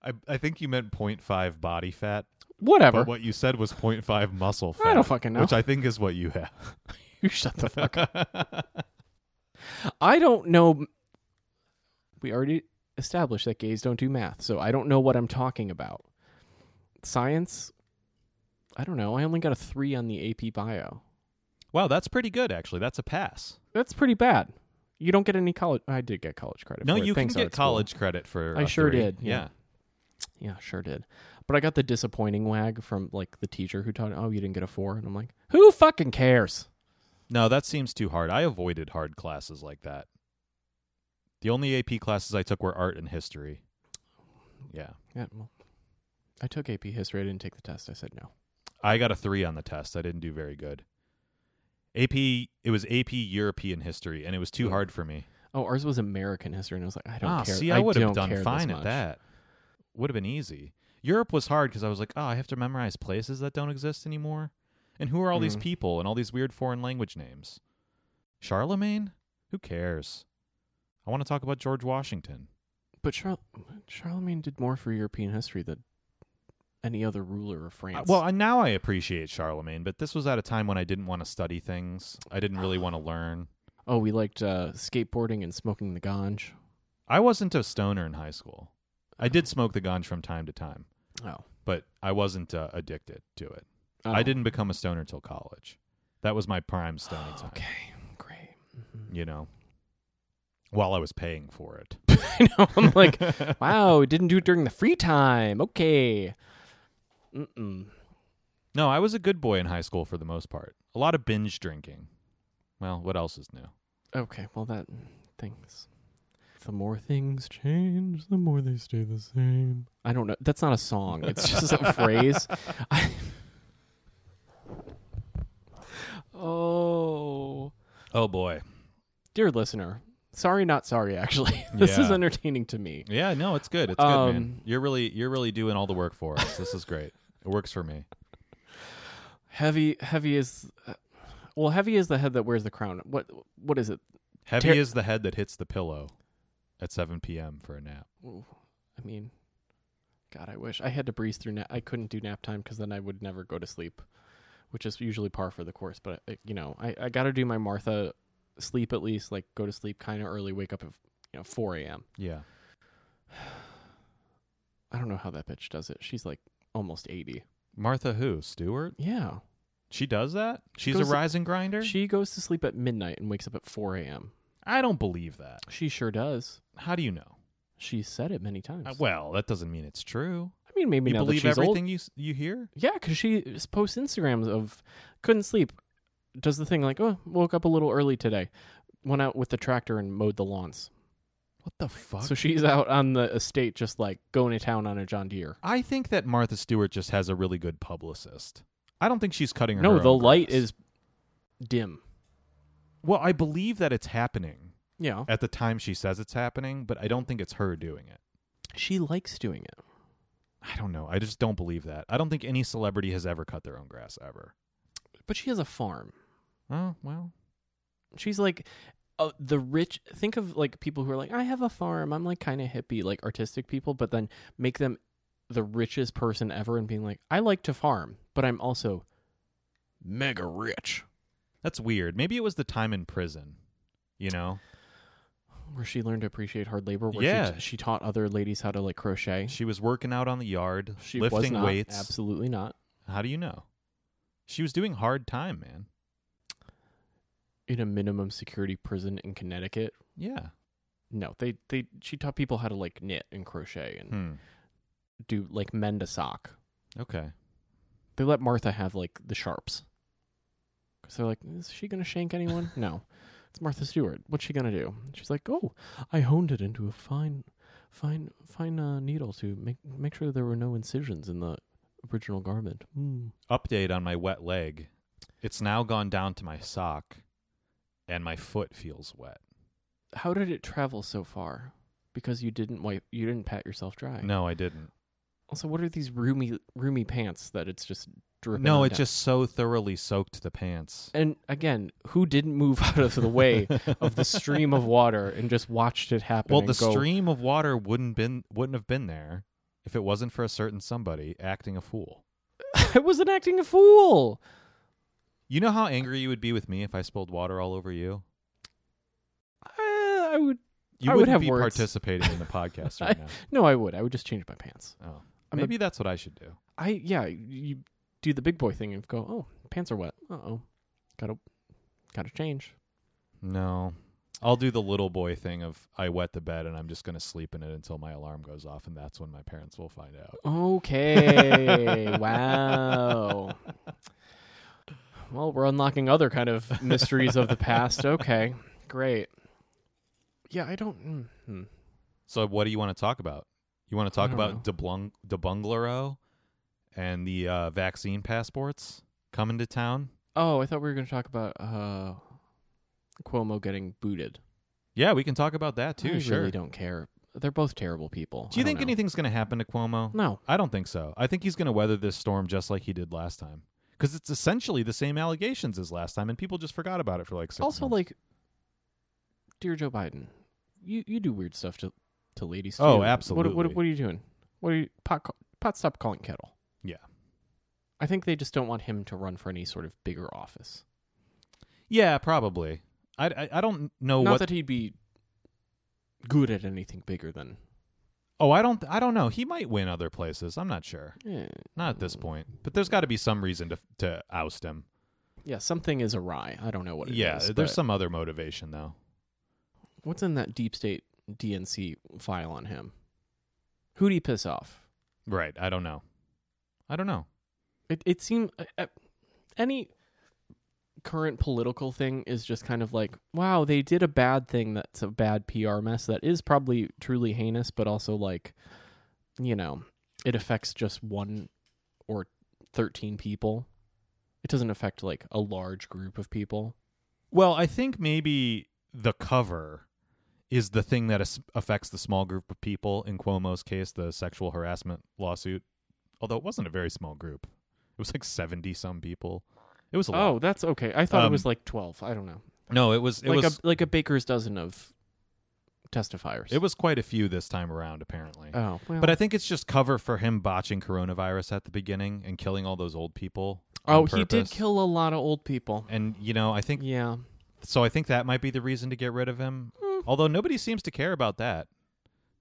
S2: I I think you meant 0.5 body fat.
S1: Whatever.
S2: But what you said was 0.5 muscle fat.
S1: I don't fucking know.
S2: Which I think is what you have.
S1: you shut the fuck up. I don't know. We already established that gays don't do math, so I don't know what I'm talking about. Science. I don't know. I only got a three on the AP Bio.
S2: Wow, that's pretty good, actually. That's a pass.
S1: That's pretty bad. You don't get any college. I did get college credit.
S2: no,
S1: for it.
S2: you can
S1: Thanks,
S2: get
S1: art school.
S2: college credit for.
S1: I
S2: a
S1: sure
S2: three.
S1: did, yeah. Yeah, sure did. But I got the disappointing wag from like the teacher who taught. Oh, you didn't get a four, and I'm like, who fucking cares?
S2: No, that seems too hard. I avoided hard classes like that. The only AP classes I took were art and history. Yeah.
S1: Yeah, well, I took AP history. I didn't take the test. I said no.
S2: I got a three on the test. I didn't do very good. AP, it was AP European history, and it was too hard for me.
S1: Oh, ours was American history, and I was like, I don't
S2: ah,
S1: care.
S2: see, I would have
S1: don't
S2: done
S1: care this
S2: fine at
S1: much.
S2: that. Would have been easy. Europe was hard because I was like, oh, I have to memorize places that don't exist anymore. And who are all these
S1: Mhm.
S2: people and all these weird foreign language names? Charlemagne? Who cares? I want to talk about George Washington.
S1: But Charl- Charlemagne did more for European history than any other ruler of
S2: Uh,
S1: France.
S2: well, I, now I appreciate Charlemagne, but this was at a time when I didn't want to study things. I didn't really want to learn.
S1: oh, we liked uh, skateboarding and smoking the ganj.
S2: I wasn't a stoner in high school. I did smoke the ganj from time to time,
S1: Oh,
S2: but I wasn't uh, addicted to it.
S1: Oh.
S2: I didn't become a stoner till college. That was my prime stoner time.
S1: Oh, Okay, great. Mhm.
S2: You know, while I was paying for it.
S1: I know. I'm like, wow, didn't do it during the free time. Okay. Mm-mm.
S2: No, I was a good boy in high school for the most part. A lot of binge drinking. Well, what else is new?
S1: Okay, well that things. The more things change, the more they stay the same. I don't know. That's not a song. It's just a phrase. I... Oh,
S2: Oh boy.
S1: dear listener. Sorry, not sorry. Actually, this is
S2: Yeah.
S1: entertaining to me.
S2: Yeah, no, it's good. It's good, man.
S1: Um,
S2: You're really you're really doing all the work for us. This is great. It works for me.
S1: Heavy, heavy is. Uh, well, heavy is the head that wears the crown. What? What is it?
S2: Heavy
S1: Ter-
S2: is the head that hits the pillow at 7 p.m. for a nap.
S1: Ooh, I mean, God, I wish I had to breeze through. Na- I couldn't do nap time because then I would never go to sleep, which is usually par for the course. But uh, you know, I, I got to do my Martha sleep at least, like go to sleep kind of early, wake up at you know four a.m.
S2: Yeah.
S1: I don't know how that bitch does it. She's like almost eighty.
S2: Martha who? Stewart?
S1: Yeah,
S2: She does that? She's
S1: goes-
S2: a rising grinder?
S1: she goes to sleep at midnight and wakes up at four a.m.
S2: I don't believe that.
S1: She sure does.
S2: How do you know?
S1: She said it many times.
S2: Uh, well, that doesn't mean it's true.
S1: I mean, maybe
S2: You
S1: now that
S2: believe
S1: she's old-
S2: everything you s- you hear?
S1: Yeah, because she s- posts Instagrams of couldn't sleep, does the thing like, oh, woke up a little early today, went out with the tractor and mowed the lawns.
S2: What the fuck?
S1: So she's out on the estate just like going to town on a John Deere.
S2: I think that Martha Stewart just has a really good publicist. I don't think she's cutting her
S1: No,
S2: own
S1: the light
S2: grass.
S1: is dim.
S2: Well, I believe that it's happening
S1: Yeah.
S2: at the time she says it's happening, but I don't think it's her doing it.
S1: She likes doing it.
S2: I don't know. I just don't believe that. I don't think any celebrity has ever cut their own grass ever.
S1: But she has a farm.
S2: Oh, well.
S1: She's like uh, the rich. Think of like people who are like, I have a farm. I'm like kind of hippie, like artistic people, but then make them the richest person ever and being like, I like to farm, but I'm also mega rich.
S2: That's weird. Maybe it was the time in prison. You know?
S1: Where she learned to appreciate hard labor. Where she,
S2: Yeah.
S1: t- she taught other ladies how to like crochet.
S2: She was working out on the yard,
S1: She
S2: lifting
S1: was not,
S2: weights.
S1: Absolutely not.
S2: How do you know? She was doing hard time, man.
S1: In a minimum security prison in Connecticut.
S2: Yeah.
S1: No, they they she taught people how to like knit and crochet and
S2: Hmm.
S1: do like mend a sock.
S2: Okay.
S1: They let Martha have like the sharps. Cause they're like, is she gonna shank anyone? no, it's Martha Stewart. What's she gonna do? And she's like, oh, I honed it into a fine, fine, fine uh, needle to make make sure there were no incisions in the original garment. Mm.
S2: Update on my wet leg. It's now gone down to my sock, and my foot feels wet.
S1: How did it travel so far? Because you didn't wipe, you didn't pat yourself dry.
S2: No, I didn't.
S1: Also, what are these roomy, roomy pants that it's just dripping?
S2: No,
S1: on
S2: it
S1: down?
S2: just so thoroughly soaked the pants.
S1: And again, who didn't move out of the way of the stream of water and just watched it happen?
S2: Well,
S1: and
S2: the
S1: go,
S2: stream of water wouldn't been wouldn't have been there if it wasn't for a certain somebody acting a fool.
S1: I wasn't acting a fool.
S2: You know how angry you would be with me if I spilled water all over you?
S1: I, I would.
S2: You
S1: I would
S2: wouldn't
S1: have
S2: be
S1: words.
S2: participating in the podcast right now.
S1: No, I would. I would just change my pants.
S2: Oh.
S1: I'm a-
S2: Maybe that's what I should do.
S1: I yeah. You do the big boy thing and go. Oh, pants are wet. Uh oh. Gotta, gotta change.
S2: No. I'll do the little boy thing of I wet the bed and I'm just going to sleep in it until my alarm goes off and that's when my parents will find out.
S1: Okay. wow. Well, we're unlocking other kind of mysteries of the past. Okay. Great. Yeah, I don't. mm, hmm.
S2: So what do you want to talk about? You want to talk
S1: don't
S2: about deblung- debunglero and the uh, vaccine passports coming to town?
S1: Oh, I thought we were going to talk about uh, Cuomo getting booted.
S2: Yeah, we can talk about that too,
S1: I
S2: sure.
S1: really don't care. They're both terrible people.
S2: do you
S1: I don't
S2: think
S1: know.
S2: anything's going to happen to Cuomo?
S1: No.
S2: I don't think so. I think he's going to weather this storm just like he did last time. Because it's essentially the same allegations as last time, and people just forgot about it for like six
S1: Also,
S2: months.
S1: like, dear Joe Biden, you you do weird stuff to to ladies.
S2: Oh,
S1: too. What- What,
S2: absolutely.
S1: what are you doing? What are you pot ca- pot stop calling kettle?
S2: Yeah.
S1: I think they just don't want him to run for any sort of bigger office.
S2: Yeah, probably. I, I, I don't know
S1: Not
S2: Oh, what.
S1: that he'd be good at anything bigger than.
S2: oh, I don't. I don't know. He might win other places. I'm not sure.
S1: Eh,
S2: Not at this point. But there's got to be some reason to to oust him.
S1: Yeah, something is awry. I don't know what it is.
S2: yeah, there's
S1: but
S2: some other motivation though.
S1: What's in that deep state DNC file on him? Who'd he piss off?
S2: Right. I don't know. I don't know.
S1: It it seemed uh, uh, any current political thing is just kind of like, wow, they did a bad thing that's a bad PR mess that is probably truly heinous, but also like, you know, it affects just one or thirteen people. It doesn't affect like a large group of people.
S2: Well, I think maybe the cover is the thing that as- affects the small group of people in Cuomo's case, the sexual harassment lawsuit. Although it wasn't a very small group. It was like 70 some people. It was a lot.
S1: Oh, that's okay. I thought
S2: Um,
S1: it was like twelve. I don't know,
S2: No, it was it
S1: like
S2: was
S1: a like a baker's dozen of testifiers.
S2: it was quite a few this time around apparently.
S1: oh, well,
S2: But I think it's just cover for him botching coronavirus at the beginning and killing all those old people. on
S1: oh, he did
S2: purpose.
S1: kill a lot of old people.
S2: And you know, I think
S1: Yeah.
S2: so. I think that might be the reason to get rid of him.
S1: Mm.
S2: Although nobody seems to care about that,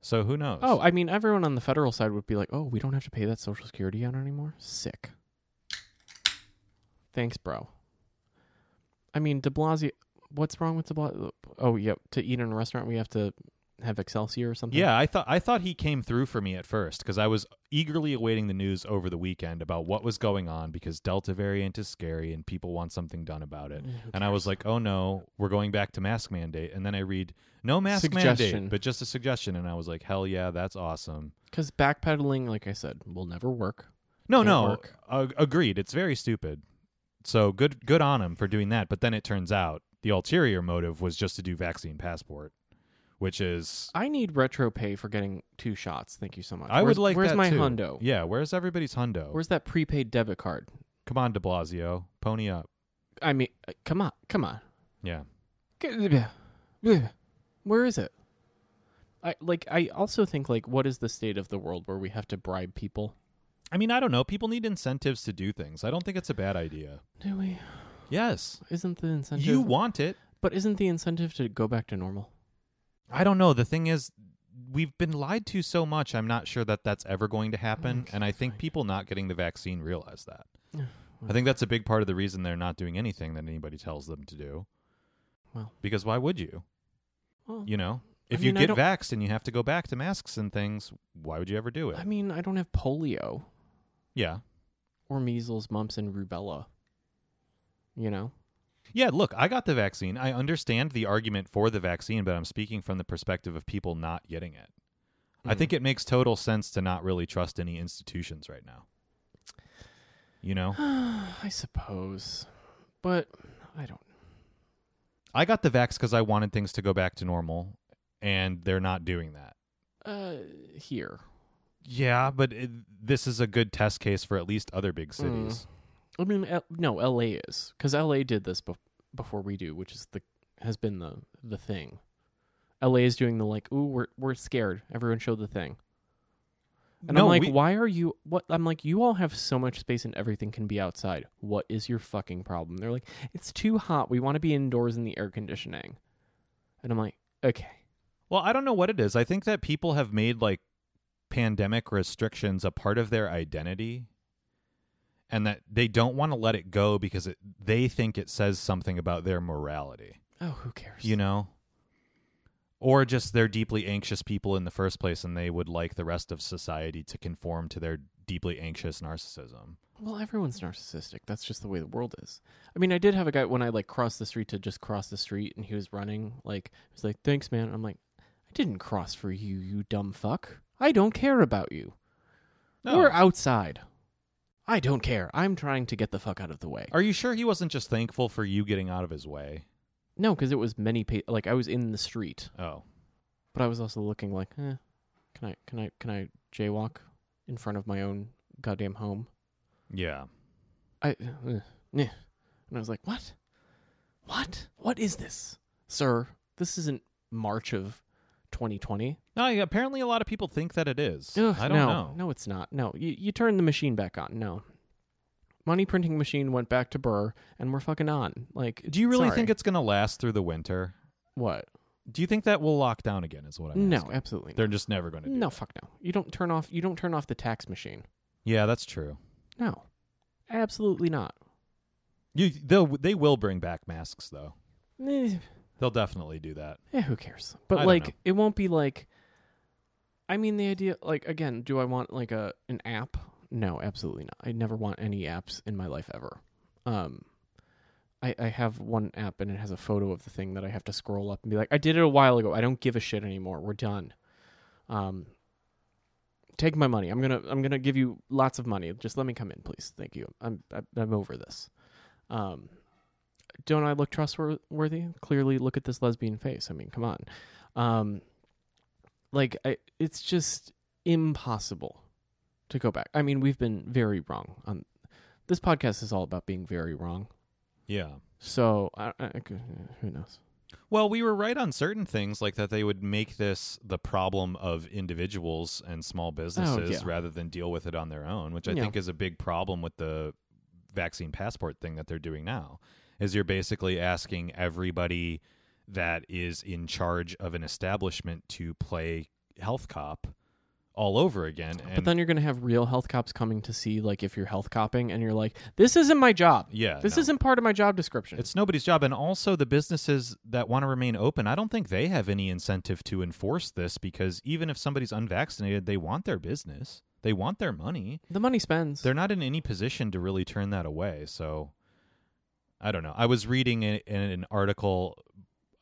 S2: so who knows?
S1: Oh, I mean, everyone on the federal side would be like, "Oh, we don't have to pay that Social Security out anymore." Sick. Thanks, bro. I mean, De Blasio. What's wrong with De Blasio? Oh, yeah. To eat in a restaurant, we have to have Excelsior or something.
S2: yeah. I thought I thought he came through for me at first because I was eagerly awaiting the news over the weekend about what was going on because Delta variant is scary and people want something done about it.
S1: Mm,
S2: And I was like, oh no, we're going back to mask mandate. And then I read no mask
S1: Suggestion.
S2: mandate, but just a suggestion. And I was like, hell yeah, that's awesome.
S1: Because backpedaling, like I said, will never work.
S2: No,
S1: Can't
S2: no,
S1: work.
S2: ag- agreed. It's very stupid. So good, good on him for doing that. But then it turns out the ulterior motive was just to do vaccine passport, which is
S1: I need retro pay for getting two shots. Thank you so much.
S2: I
S1: where's,
S2: would like.
S1: Where's
S2: that
S1: my
S2: too.
S1: hundo?
S2: Yeah, where's everybody's hundo?
S1: Where's that prepaid debit card?
S2: Come on, De Blasio, pony up.
S1: I mean, uh, come on, come on.
S2: Yeah,
S1: Where is it? I like. I also think like, what is the state of the world where we have to bribe people?
S2: I mean, I don't know. People need incentives to do things. I don't think it's a bad idea.
S1: Do we?
S2: Yes,
S1: Isn't the incentive?
S2: you want it.
S1: but isn't the incentive to go back to normal?
S2: I don't know. The thing is, we've been lied to so much. I'm not sure that that's ever going to happen. And I think people not getting the vaccine realize that.
S1: Yeah,
S2: I think that's a big part of the reason they're not doing anything that anybody tells them to do.
S1: Well.
S2: because why would you?
S1: Well,
S2: You know,
S1: I
S2: if
S1: mean, I
S2: you get
S1: don't-
S2: vaxxed and you have to go back to masks and things, why would you ever do it?
S1: I mean, I don't have polio
S2: yeah.
S1: or measles, mumps, and rubella. You know,
S2: Yeah, look, I got the vaccine. I understand the argument for the vaccine, but I'm speaking from the perspective of people not getting it. I think it makes total sense to not really trust any institutions right now. You know?
S1: I suppose, but I don't.
S2: I got the vax because I wanted things to go back to normal, and they're not doing that.
S1: Uh, here
S2: Yeah, but it, this is a good test case for at least other
S1: Mm.
S2: big cities.
S1: I mean, L- no, L.A. is because L.A. did this bef- before we do, which is the has been the the thing. L.A. is doing the like, ooh, we're we're scared. Everyone show the thing. And
S2: No,
S1: I'm like,
S2: we-
S1: why are you? What? I'm like, you all have so much space and everything can be outside. What is your fucking problem? They're like, it's too hot. We want to be indoors in the air conditioning. And I'm like, okay.
S2: Well, I don't know what it is. I think that people have made like pandemic restrictions a part of their identity and that they don't want to let it go because it, they think it says something about their morality,
S1: Oh, who cares?
S2: you know? Or just they're deeply anxious people in the first place and they would like the rest of society to conform to their deeply anxious narcissism.
S1: Well, everyone's narcissistic. That's just the way the world is. I mean, I did have a guy when I like crossed the street to just cross the street, and he was running. Like, he was like, "Thanks, man." I'm like, I didn't cross for you, you dumb fuck. I don't care about you. We're
S2: uh,
S1: outside. I don't care. I'm trying to get the fuck out of the way.
S2: Are you sure he wasn't just thankful for you getting out of his way?
S1: No, because it was many pa- like I was in the street,
S2: Oh.
S1: but I was also looking like, eh, can I can I can I jaywalk in front of my own goddamn home?
S2: Yeah.
S1: I, eh, eh. and I was like, what? What? What is this, sir? This isn't March of 2020.
S2: No, yeah, apparently a lot of people think that it is.
S1: Ugh,
S2: I don't
S1: no,
S2: know.
S1: No, it's not. No, you, you turn the machine back on. No. Money printing machine went back to Burr, and we're fucking on. Like,
S2: Do you really
S1: sorry.
S2: think it's going to last through the winter?
S1: what?
S2: Do you think that we'll lock down again? Is what I'm
S1: No,
S2: asking.
S1: absolutely.
S2: They're just never going to
S1: not.
S2: do.
S1: No,
S2: that.
S1: fuck no. You don't turn off. You don't turn off the tax machine.
S2: Yeah, that's true.
S1: No, absolutely not.
S2: You they'll they will bring back masks though.
S1: Eh.
S2: They'll definitely do that.
S1: Yeah, Eh, who cares?
S2: I
S1: But
S2: don't
S1: like,
S2: know.
S1: it won't be like. I mean, the idea, like, again, do I want like a an app? No, absolutely not. I never want any apps in my life ever. Um, I I have one app and it has a photo of the thing that I have to scroll up and be like, I did it a while ago. I don't give a shit anymore. We're done. Um, take my money. I'm gonna I'm gonna give you lots of money. Just let me come in, please. Thank you. I'm I'm- I'm over this. Um, don't I look trustworthy? Clearly, look at this lesbian face. I mean, come on. Um, like, I, it's just impossible to go back. I mean, we've been very wrong on this podcast. Is all about being very wrong.
S2: Yeah.
S1: So, I, I, I could- who knows?
S2: Well, we were right on certain things like that they would make this the problem of individuals and small businesses
S1: Oh, yeah.
S2: rather than deal with it on their own, which I
S1: Yeah.
S2: think is a big problem with the vaccine passport thing that they're doing now. Is you're basically asking everybody that is in charge of an establishment to play health cop all over again and
S1: but then you're going to have real health cops coming to see, like, if you're health copping, and you're like, "This isn't my job.
S2: yeah,
S1: This
S2: no.
S1: isn't part of my job description."
S2: It's nobody's job. And also, the businesses that want to remain open, I don't think they have any incentive to enforce this because even if somebody's unvaccinated, they want their business, they want their money.
S1: the money spends.
S2: They're not in any position to really turn that away. So, I don't know. I was reading in, in an article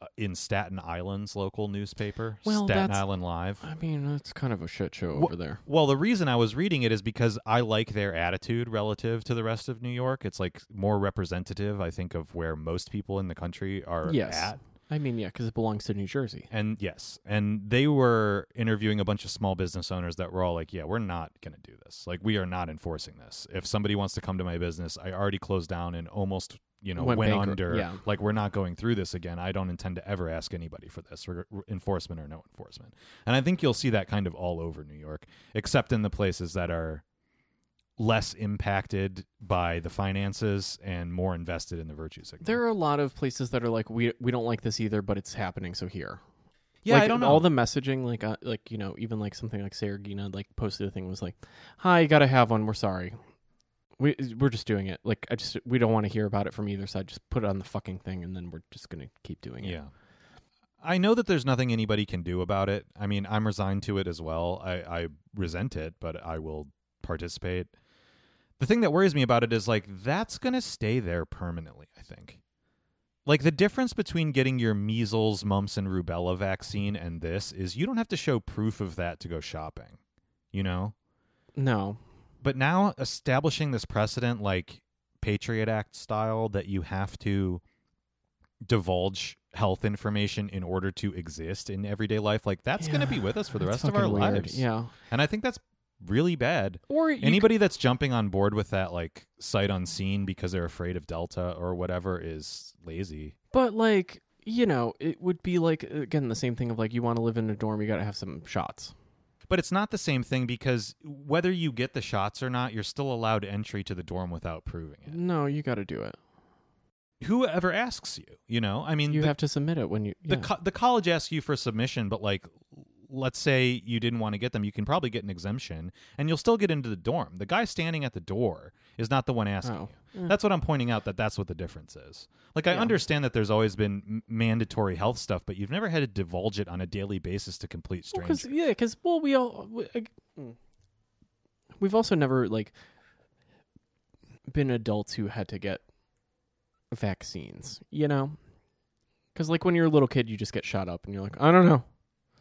S2: uh, in Staten Island's local newspaper,
S1: Well,
S2: Staten
S1: that's-
S2: Island Live.
S1: I mean, it's kind of a shit show
S2: Wha-
S1: over there.
S2: Well, the reason I was reading it is because I like their attitude relative to the rest of New York. It's like more representative, I think, of where most people in the country are
S1: Yes.
S2: at.
S1: I mean, yeah, because it belongs to New Jersey.
S2: And yes, and they were interviewing a bunch of small business owners that were all like, "Yeah, we're not going to do this. Like, we are not enforcing this. If somebody wants to come to my business, I already closed down and almost, you know, went,
S1: Went bankrupt.
S2: under.
S1: Yeah.
S2: Like, we're not going through this again. I don't intend to ever ask anybody for this, reg- enforcement or no enforcement." And I think you'll see that kind of all over New York, except in the places that are less impacted by the finances and more invested in the virtue signal.
S1: There are a lot of places that are like we we don't like this either, but it's happening. So here,
S2: yeah,
S1: like,
S2: I don't know.
S1: all the messaging, like uh, like you know, even like something like Saragina like posted a thing was like, "Hi, you gotta have one. We're sorry, we we're just doing it. Like I just we don't want to hear about it from either side. Just put it on the fucking thing, and then we're just gonna keep doing it."
S2: Yeah. I know that there's nothing anybody can do about it. I mean, I'm resigned to it as well. I, I resent it, but I will participate. The thing that worries me about it is like that's going to stay there permanently, I think. Like the difference between getting your measles, mumps, and rubella vaccine and this is you don't have to show proof of that to go shopping, you know?
S1: No,
S2: But now establishing this precedent, like Patriot Act style, that you have to divulge health information in order to exist in everyday life, like that's going to
S1: Yeah,
S2: be with us for the
S1: that's
S2: rest of our
S1: fucking weird.
S2: lives.
S1: Yeah,
S2: And I think that's really bad.
S1: or you
S2: Anybody that's jumping on board with that, like sight unseen because they're afraid of Delta or whatever, is lazy.
S1: But like, you know, it would be like again the same thing of like you want to live in a dorm, you got to have some shots.
S2: But it's not the same thing because whether you get the shots or not, you're still allowed entry to the dorm without proving it.
S1: No, you got to do it.
S2: Whoever asks you, you know, I mean,
S1: You
S2: the,
S1: have to submit it when you.
S2: the
S1: yeah.
S2: co- the college asks you for submission, but like, let's say you didn't want to get them, you can probably get an exemption, and you'll still get into the dorm. The guy standing at the door is not the one asking
S1: Oh.
S2: you. That's what I'm pointing out. That that's what the difference is. Like, I
S1: Yeah.
S2: understand that there's always been m- mandatory health stuff, but you've never had to divulge it on a daily basis to complete
S1: Well,
S2: strangers.
S1: cause, yeah, because well, we all we, I- mm. we've also never like been adults who had to get vaccines, you know. Because like when you're a little kid, you just get shot up, and you're like, I don't know,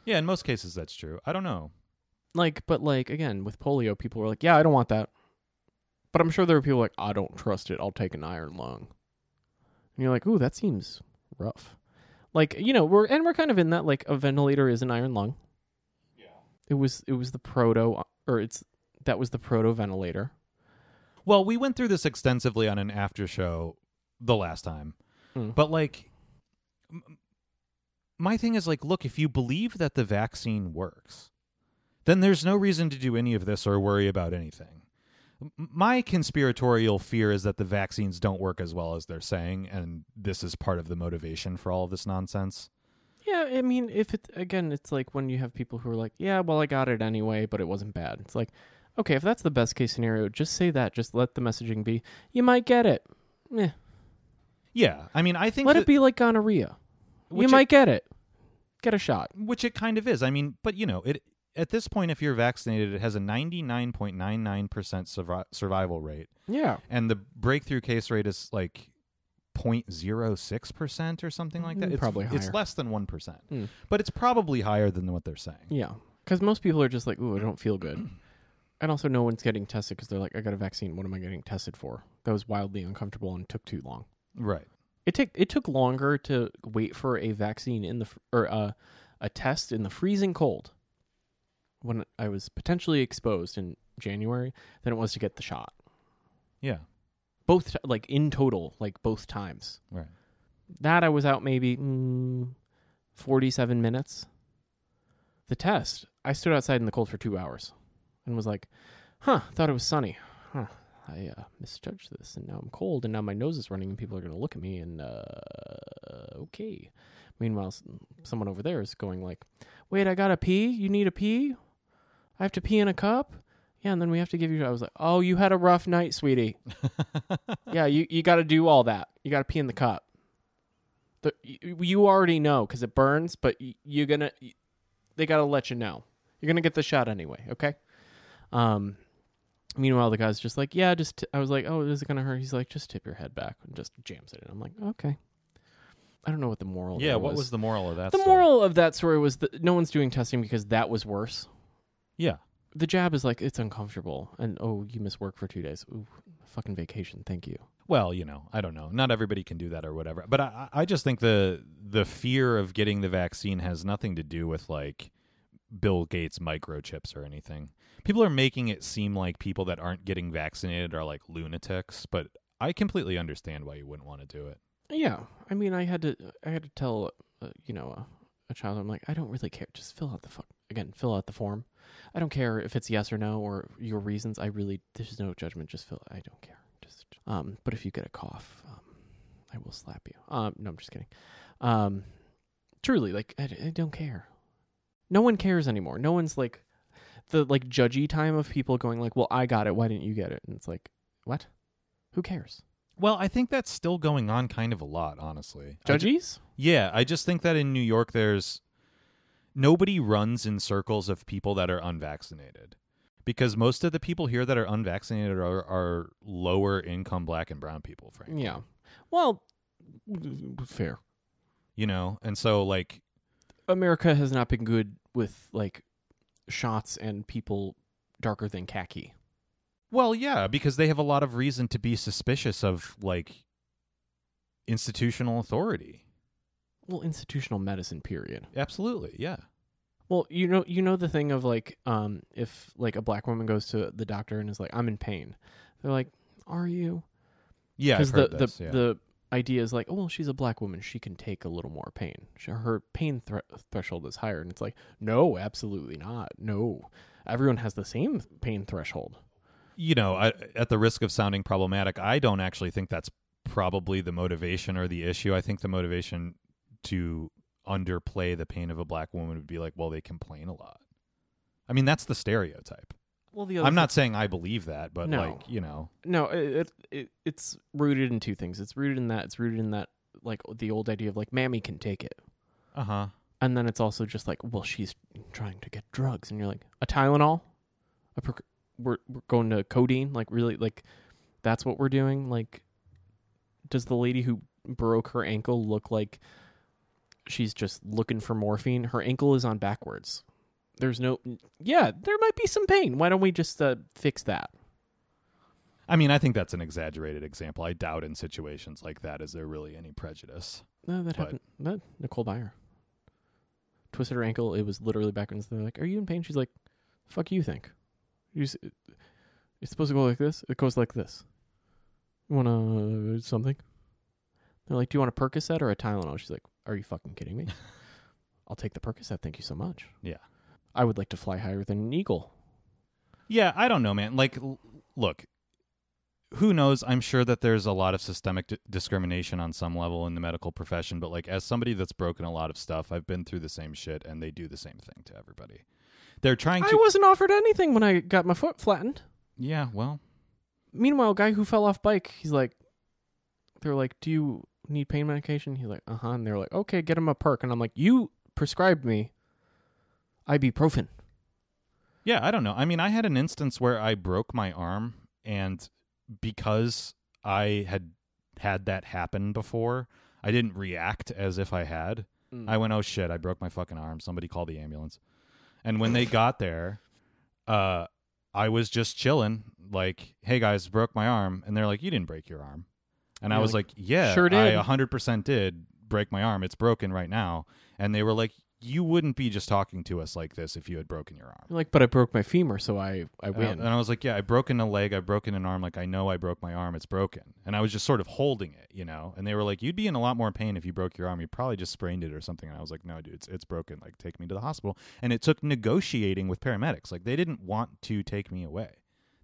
S2: yeah, in most cases that's true. I don't know.
S1: like, but like again with polio, people were like, yeah, I don't want that. But I'm sure there were people like, I don't trust it. I'll take an iron lung. And you're like, ooh, that seems rough. Like you know, we're and we're kind of in that like a ventilator is an iron lung. It was it was the proto or it's that was the proto ventilator.
S2: Well, we went through this extensively on an after show the last time.
S1: Mm.
S2: But like m- my thing is like look, if you believe that the vaccine works, then there's no reason to do any of this or worry about anything. M- My conspiratorial fear is that the vaccines don't work as well as they're saying and this is part of the motivation for all of this nonsense.
S1: Yeah, I mean, if it again, it's like when you have people who are like, "Yeah, well, I got it anyway, but it wasn't bad." It's like, okay, if that's the best case scenario, just say that. Just let the messaging be. You might get it. Meh.
S2: Yeah, I mean, I think
S1: Let
S2: that-
S1: it be like gonorrhea. You
S2: Which it-
S1: might get it. Get a shot.
S2: which it kind of is. I mean, but you know, it at this point, if you're vaccinated, it has a 99.99% survi- survival rate,
S1: Yeah,
S2: and the breakthrough case rate is like 0.06% or something like that.
S1: Mm,
S2: It's,
S1: probably
S2: it's
S1: higher.
S2: less than 1%,
S1: Mm.
S2: but it's probably higher than what they're saying.
S1: yeah. Because most people are just like, "Ooh, I don't feel good," and also no one's getting tested because they're like, "I got a vaccine. What am I getting tested for?" That was wildly uncomfortable and took too long.
S2: Right.
S1: It took it took longer to wait for a vaccine in the fr- or uh, a test in the freezing cold when I was potentially exposed in January than it was to get the shot.
S2: Yeah.
S1: Both t- like in total, like both times.
S2: Right.
S1: That I was out maybe mm, 47 minutes. The test, I stood outside in the cold for 2 hours and was like, "Huh, thought it was sunny. Huh. I uh, misjudged this and now I'm cold and now my nose is running and people are going to look at me and uh okay." Meanwhile, s- someone over there is going like, "Wait, I got to pee? You need a pee? I have to pee in a cup?" Yeah, and then we have to give you I was like, "Oh, you had a rough night, sweetie." yeah, you you got to do all that. You got to pee in the cup. The, you, you already know because it burns, but y- you're gonna. y they gotta let you know. You're gonna get the shot anyway. Okay. Um. Meanwhile, the guy's just like, yeah, just. T-. I was like, oh, is it gonna hurt? He's like, just tip your head back and just jams it in. I'm like, okay. I don't know what the moral.
S2: Yeah.
S1: there
S2: What was the moral of that?
S1: the
S2: story?
S1: moral of that story was that no one's doing testing because that was worse.
S2: Yeah.
S1: The jab is like it's uncomfortable, and oh, you miss work for two days. Ooh, fucking vacation. Thank you.
S2: Well, you know, I don't know. Not everybody can do that or whatever. But I, I I just think the the fear of getting the vaccine has nothing to do with like Bill Gates microchips or anything. People are making it seem like people that aren't getting vaccinated are like lunatics, but I completely understand why you wouldn't want to do it.
S1: Yeah, I mean, I had to, I had to tell, uh, you know, a, a child, I'm like, I don't really care. Just fill out the fuck again. Fill out the form. I don't care if it's yes or no or your reasons. I really, there's no judgment. Just fill. I don't care. Just, um, but if you get a cough, um, I will slap you. Um, no, I'm just kidding. Um, truly, like, I, I don't care. No one cares anymore. No one's like, the like judgy time of people going like, well, I got it. Why didn't you get it? And it's like, what? Who cares?
S2: Well, I think that's still going on kind of a lot, honestly. I ju-
S1: Judgies?
S2: yeah, I just think that in New York there's nobody runs in circles of people that are unvaccinated because most of the people here that are unvaccinated are, are lower income black and brown people frankly
S1: Yeah. Well, w- w- fair.
S2: you know and so like
S1: America has not been good with like shots and people darker than khaki.
S2: well yeah because they have a lot of reason to be suspicious of like institutional authority
S1: Well, institutional medicine period.
S2: absolutely yeah
S1: Well, you know you know the thing of like um if like a black woman goes to the doctor and is like I'm in pain. They're like, "Are you?"
S2: yeah I've
S1: the
S2: heard this,
S1: the
S2: yeah.
S1: the idea is like, oh, well, she's a black woman. She can take a little more pain. She, her pain thre- threshold is higher. And it's like, no, absolutely not. No. Everyone has the same pain threshold.
S2: you know, I, at the risk of sounding problematic, I don't actually think that's probably the motivation or the issue. I think the motivation to underplay the pain of a black woman would be like, well, they complain a lot. I mean, that's the stereotype.
S1: Well, the
S2: I'm not saying I believe that, but
S1: No.
S2: like, you know,
S1: no it, it it's rooted in two things it's rooted in that it's rooted in that like the old idea of like mammy can take it
S2: uh huh.
S1: and then it's also just like well she's trying to get drugs and you're like a tylenol a proc- we're, we're going to codeine like really like that's what we're doing like does the lady who broke her ankle look like she's just looking for morphine her ankle is on backwards there's no yeah there might be some pain why don't we just uh, fix that
S2: I mean, I think that's an exaggerated example. I doubt in situations like that is there really any prejudice.
S1: No, that
S2: But-
S1: happened. That Nicole Byer twisted her ankle. It was literally backwards. They're like, "Are you in pain?" She's like, "Fuck you, think you? s- It's supposed to go like this. It goes like this. You want to something?" They're like, "Do you want a Percocet or a Tylenol?" She's like, "Are you fucking kidding me? I'll take the Percocet. Thank you so much.
S2: Yeah.
S1: I would like to fly higher than an eagle."
S2: Yeah, I don't know, man. Like, l- look, who knows? I'm sure that there's a lot of systemic d- discrimination on some level in the medical profession, but like, as somebody that's broken a lot of stuff, I've been through the same shit, and they do the same thing to everybody. They're trying
S1: I
S2: to.
S1: wasn't offered anything when I got my foot flattened.
S2: yeah, well,
S1: meanwhile, guy who fell off bike, he's like, they're like, do you need pain medication? He's like, uh huh. And they're like, okay, get him a perk. And I'm like, you prescribed me ibuprofen.
S2: yeah, I don't know. I mean, I had an instance where I broke my arm, and because I had had that happen before, I didn't react as if I had.
S1: Mm.
S2: I went, oh shit, I broke my fucking arm. Somebody call the ambulance. And when they got there, uh, I was just chilling, like, hey guys, broke my arm. And they're like, you didn't break your arm. And I
S1: You're
S2: was
S1: like,
S2: like, yeah,
S1: "Sure
S2: I
S1: did."
S2: 100% did break my arm. It's broken right now. And they were like, you wouldn't be just talking to us like this if you had broken your arm.
S1: You're like, but I broke my femur, so I, I
S2: And I,
S1: win.
S2: and I was like, yeah, I've broken a leg, I've broken an arm. Like, I know I broke my arm, it's broken. And I was just sort of holding it, you know? And they were like, you'd be in a lot more pain if you broke your arm. You probably just sprained it or something. And I was like, no, dude, it's, it's broken. Like, take me to the hospital. And it took negotiating with paramedics. Like, they didn't want to take me away.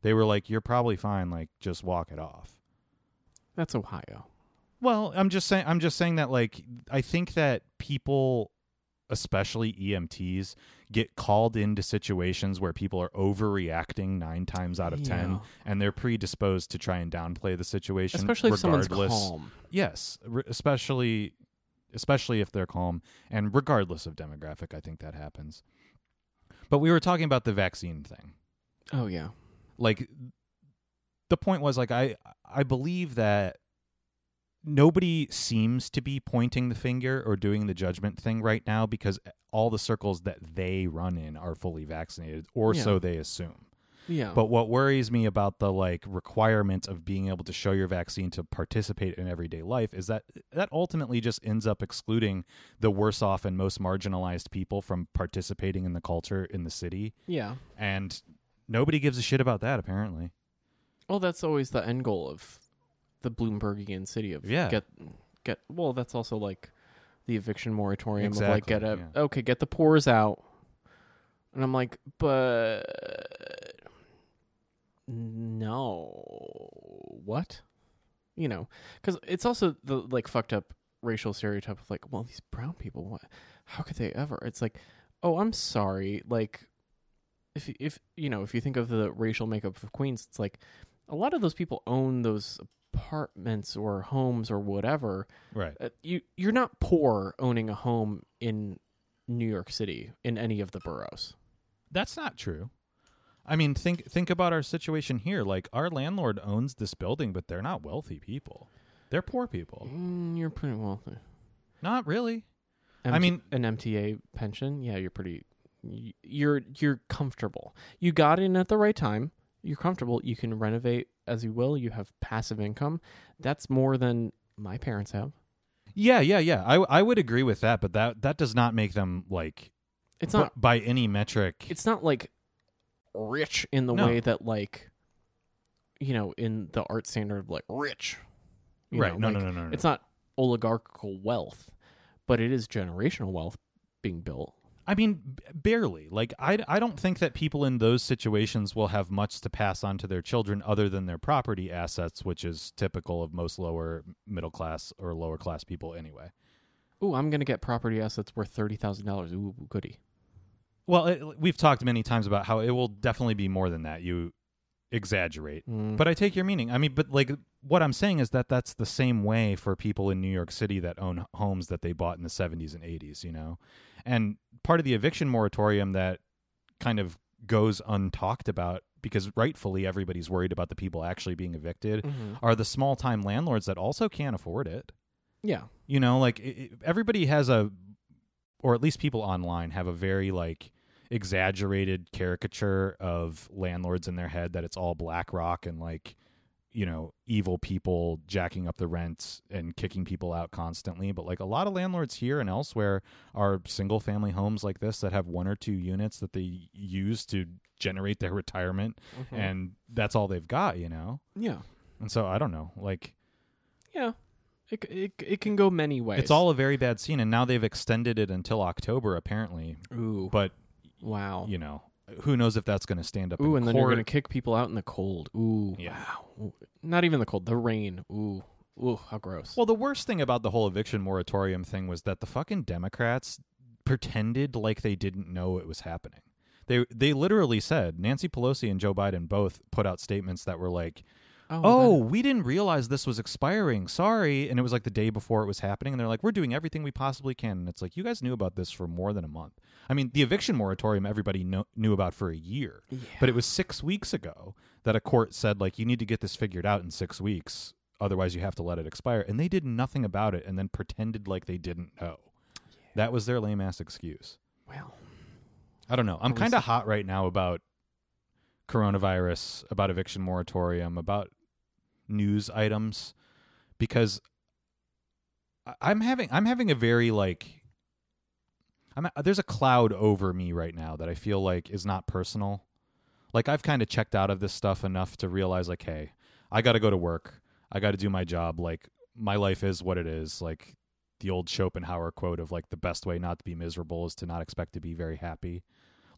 S2: They were like, you're probably fine. Like, just walk it off.
S1: That's Ohio.
S2: Well, I'm just saying. I'm just saying that, like, I think that people, especially EMTs, get called into situations where people are overreacting nine times out of
S1: Yeah.
S2: ten, and they're predisposed to try and downplay the situation,
S1: Especially if someone's
S2: regardless-
S1: calm.
S2: Yes, re- especially, especially if they're calm, and regardless of demographic, I think that happens. But we were talking about the vaccine thing
S1: Oh, yeah.
S2: like the point was like i i believe that nobody seems to be pointing the finger or doing the judgment thing right now because all the circles that they run in are fully vaccinated or
S1: Yeah.
S2: so they assume
S1: Yeah.
S2: but what worries me about the like requirement of being able to show your vaccine to participate in everyday life is that that ultimately just ends up excluding the worse off and most marginalized people from participating in the culture in the city
S1: yeah.
S2: and nobody gives a shit about that apparently
S1: Well, that's always the end goal of the Bloombergian city of
S2: Yeah.
S1: get get. Well, that's also like the eviction moratorium of like
S2: Exactly,
S1: get a, okay, get the poors out. And I'm like, but no, what? You know, because it's also the like fucked up racial stereotype of like, well, these brown people, what? How could they ever? It's like, oh, I'm sorry, like. If, you- if you know if you think of the racial makeup of Queens, it's like a lot of those people own those apartments or homes or whatever.
S2: Right.
S1: Uh, you you're not poor owning a home in New York City in any of the boroughs.
S2: That's not true. I mean, think think about our situation here. Like our landlord owns this building, but they're not wealthy people. They're poor people.
S1: Mm, you're pretty wealthy.
S2: Not really.
S1: MT
S2: uh, I mean-
S1: an MTA pension. Yeah, you're pretty. y- You're you're comfortable. You got in at the right time. You're comfortable. You can renovate as you will. You have passive income. That's more than my parents have.
S2: Yeah, yeah, yeah. I I would agree with that, but that that does not make them like
S1: It's
S2: b-
S1: not
S2: by any metric.
S1: it's not like rich in the
S2: No.
S1: way that like you know in the art standard of like rich you
S2: right.
S1: know,
S2: no,
S1: like,
S2: no, no, no, no.
S1: It's not oligarchical wealth, but it is generational wealth being built.
S2: I mean, b- barely. Like, I, I don't think that people in those situations will have much to pass on to their children other than their property assets, which is typical of most lower middle class or lower class people anyway.
S1: Ooh, I'm gonna get property assets worth thirty thousand dollars. Ooh, goody.
S2: Well, it, we've talked many times about how it will definitely be more than that. You exaggerate.
S1: Mm.
S2: But I take your meaning. I mean, but like what I'm saying is that that's the same way for people in New York City that own homes that they bought in the 70s and 80s, you know? And part of the eviction moratorium that kind of goes untalked about because rightfully everybody's worried about the people actually being evicted
S1: Mhm.
S2: are the small time landlords that also can't afford it.
S1: Yeah.
S2: You know, like i i- everybody has a, or at least people online have a very like exaggerated caricature of landlords in their head that it's all BlackRock and like, you know, evil people jacking up the rents and kicking people out constantly. But like a lot of landlords here and elsewhere are single family homes like this that have one or two units that they use to generate their retirement.
S1: Mhm.
S2: And that's all they've got, you know?
S1: yeah.
S2: And so I don't know. Like,
S1: Yeah. It, c- it, c- it can go many ways.
S2: It's all a very bad scene, and now they've extended it until October, apparently.
S1: Ooh.
S2: But
S1: wow.
S2: you know, who knows if that's going to stand up
S1: Ooh,
S2: in
S1: and then you're
S2: court?
S1: gonna kick people out in the cold. Ooh.
S2: Yeah.
S1: Wow. Ooh. Not even the cold. The rain. Ooh. Ooh. How gross.
S2: Well, the worst thing about the whole eviction moratorium thing was that the fucking Democrats pretended like they didn't know it was happening. They they literally said Nancy Pelosi and Joe Biden both put out statements that were like, "Oh,
S1: then-
S2: we didn't realize this was expiring. Sorry." And it was like the day before it was happening and they're like, "We're doing everything we possibly can." And it's like, "You guys knew about this for more than a month." I mean, the eviction moratorium everybody kno- knew about for a year. But it was six weeks ago that a court said, like, you need to get this figured out in six weeks. Otherwise, you have to let it expire. And they did nothing about it and then pretended like they didn't know. That was their lame ass excuse.
S1: well.
S2: I don't know. I'm
S1: Well,
S2: kind of hot right now about coronavirus, about eviction moratorium, about news items because I- I'm having I'm having a very like I'm uh, there's a cloud over me right now that I feel like is not personal. Like I've kind of checked out of this stuff enough to realize like hey, I got to go to work. I got to do my job. Like my life is what it is. Like the old Schopenhauer quote of like the best way not to be miserable is to not expect to be very happy.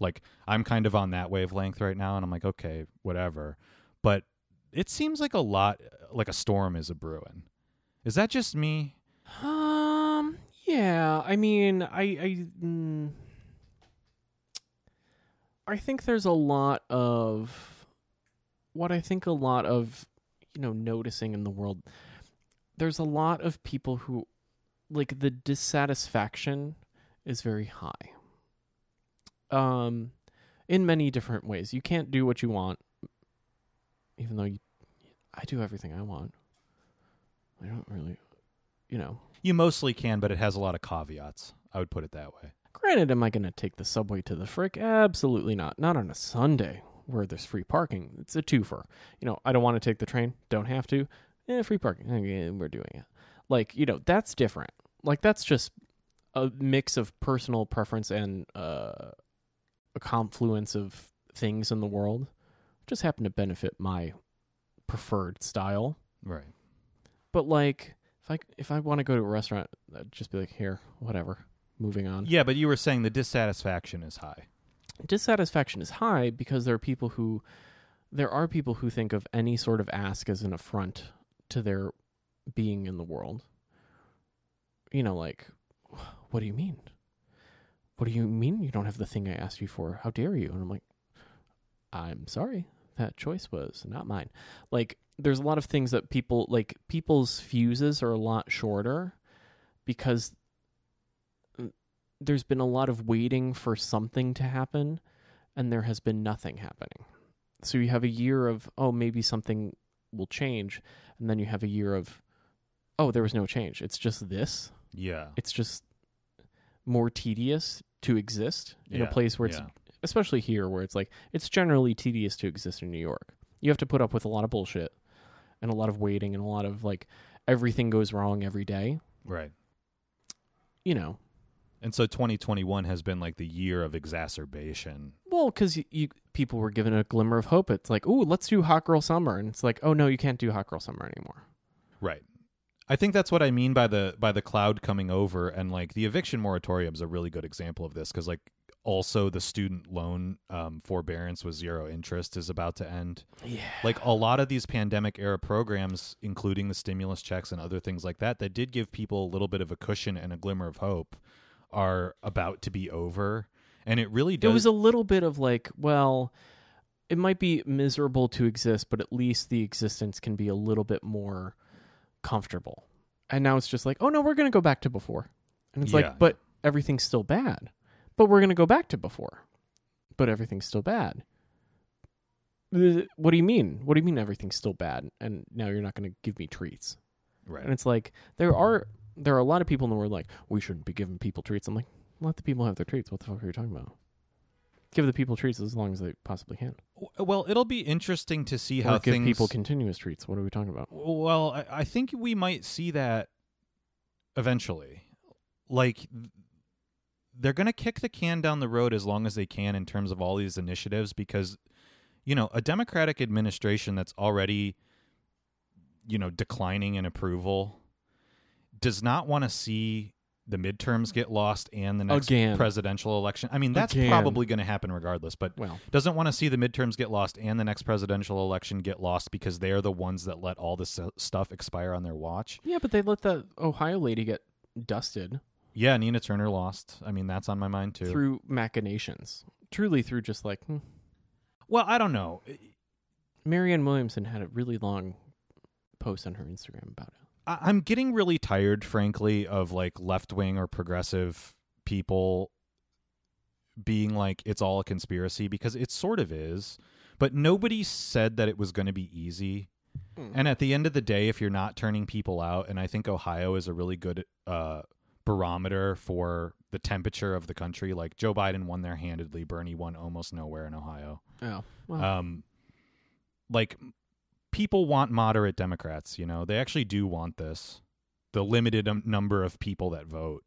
S2: Like I'm kind of on that wavelength right now and I'm like okay, whatever. But it seems like a lot like a storm is a brewing. Is that just me?
S1: Um. Yeah. I mean, I. I. Mm, I think there's a lot of what I think a lot of you know noticing in the world. There's a lot of people who, like, the dissatisfaction is very high. Um, in many different ways, you can't do what you want, even though you, I do everything I want. I don't really, you know.
S2: You mostly can, but it has a lot of caveats. I would put it that way.
S1: Granted, am I going to take the subway to the frick? Absolutely not. Not on a Sunday where there's free parking. It's a twofer. You know, I don't want to take the train. Don't have to. Eh, free parking. Okay, we're doing it. Like, you know, that's different. Like, that's just a mix of personal preference and uh, a confluence of things in the world. Just happen to benefit my preferred style.
S2: Right.
S1: But like, if I if I want to go to a restaurant, I'd just be like, here, whatever. Moving on.
S2: Yeah, but you were saying the dissatisfaction is high.
S1: dissatisfaction is high because there are people who there are people who think of any sort of ask as an affront to their being in the world. You know, like what do you mean? What do you mean you don't have the thing I asked you for? How dare you? And I'm like I'm sorry. That choice was not mine. Like there's a lot of things that people like people's fuses are a lot shorter because there's been a lot of waiting for something to happen and there has been nothing happening. So you have a year of oh maybe something will change and then you have a year of oh there was no change. It's just this.
S2: Yeah.
S1: It's just more tedious to exist in
S2: Yeah,
S1: a place where it's
S2: yeah.
S1: especially here where it's like it's generally tedious to exist in New York. You have to put up with a lot of bullshit and a lot of waiting and a lot of like everything goes wrong every day,
S2: right.
S1: you know.
S2: And so 2021 has been like the year of exacerbation.
S1: Well, because you, you people were given a glimmer of hope. It's like, oh, let's do Hot Girl Summer, and it's like, oh no, you can't do Hot Girl Summer anymore.
S2: Right. I think that's what I mean by the by the cloud coming over and like the eviction moratorium is a really good example of this because like also the student loan um, forbearance with zero interest is about to end.
S1: Yeah.
S2: Like a lot of these pandemic era programs, including the stimulus checks and other things like that, that did give people a little bit of a cushion and a glimmer of hope, are about to be over, and it really
S1: It
S2: does.
S1: was a little bit of like, well, it might be miserable to exist, but at least the existence can be a little bit more comfortable. And now it's just like, oh no, we're going to go back to before. And it's
S2: Yeah.
S1: like, but everything's still bad. But we're going to go back to before. But everything's still bad. Th- What do you mean? What do you mean everything's still bad? And now you're not going to give me treats.
S2: right.
S1: And it's like there are there are a lot of people in the world like we shouldn't be giving people treats. I'm like, let the people have their treats. What the fuck are you talking about? Give the people treats as long as they possibly can.
S2: W- Well, it'll be interesting to see
S1: Or
S2: how
S1: give
S2: things
S1: people continuous treats. What are we talking about?
S2: Well, I, I think we might see that eventually. Like, th- they're going to kick the can down the road as long as they can in terms of all these initiatives because, you know, a Democratic administration that's already, you know, declining in approval does not want to see the midterms get lost and the next
S1: Again.
S2: presidential election. I mean, that's
S1: Again.
S2: probably going to happen regardless, but
S1: Well,
S2: doesn't want to see the midterms get lost and the next presidential election get lost because they are the ones that let all this uh, stuff expire on their watch.
S1: yeah, but they let the Ohio lady get dusted
S2: Yeah, Nina Turner lost. I mean, that's on my mind too.
S1: through machinations. Truly through just like hmm.
S2: well, I don't know.
S1: Marianne Williamson had a really long post on her Instagram about it.
S2: I- I'm getting really tired, frankly, of like left wing or progressive people being like it's all a conspiracy because it sort of is, but nobody said that it was going to be easy.
S1: Mm.
S2: And at the end of the day, if you're not turning people out, and I think Ohio is a really good uh, barometer for the temperature of the country. Like Joe Biden won there handedly, Bernie won almost nowhere in Ohio
S1: Oh, well,
S2: um like people want moderate democrats you know they actually do want this the limited um, number of people that vote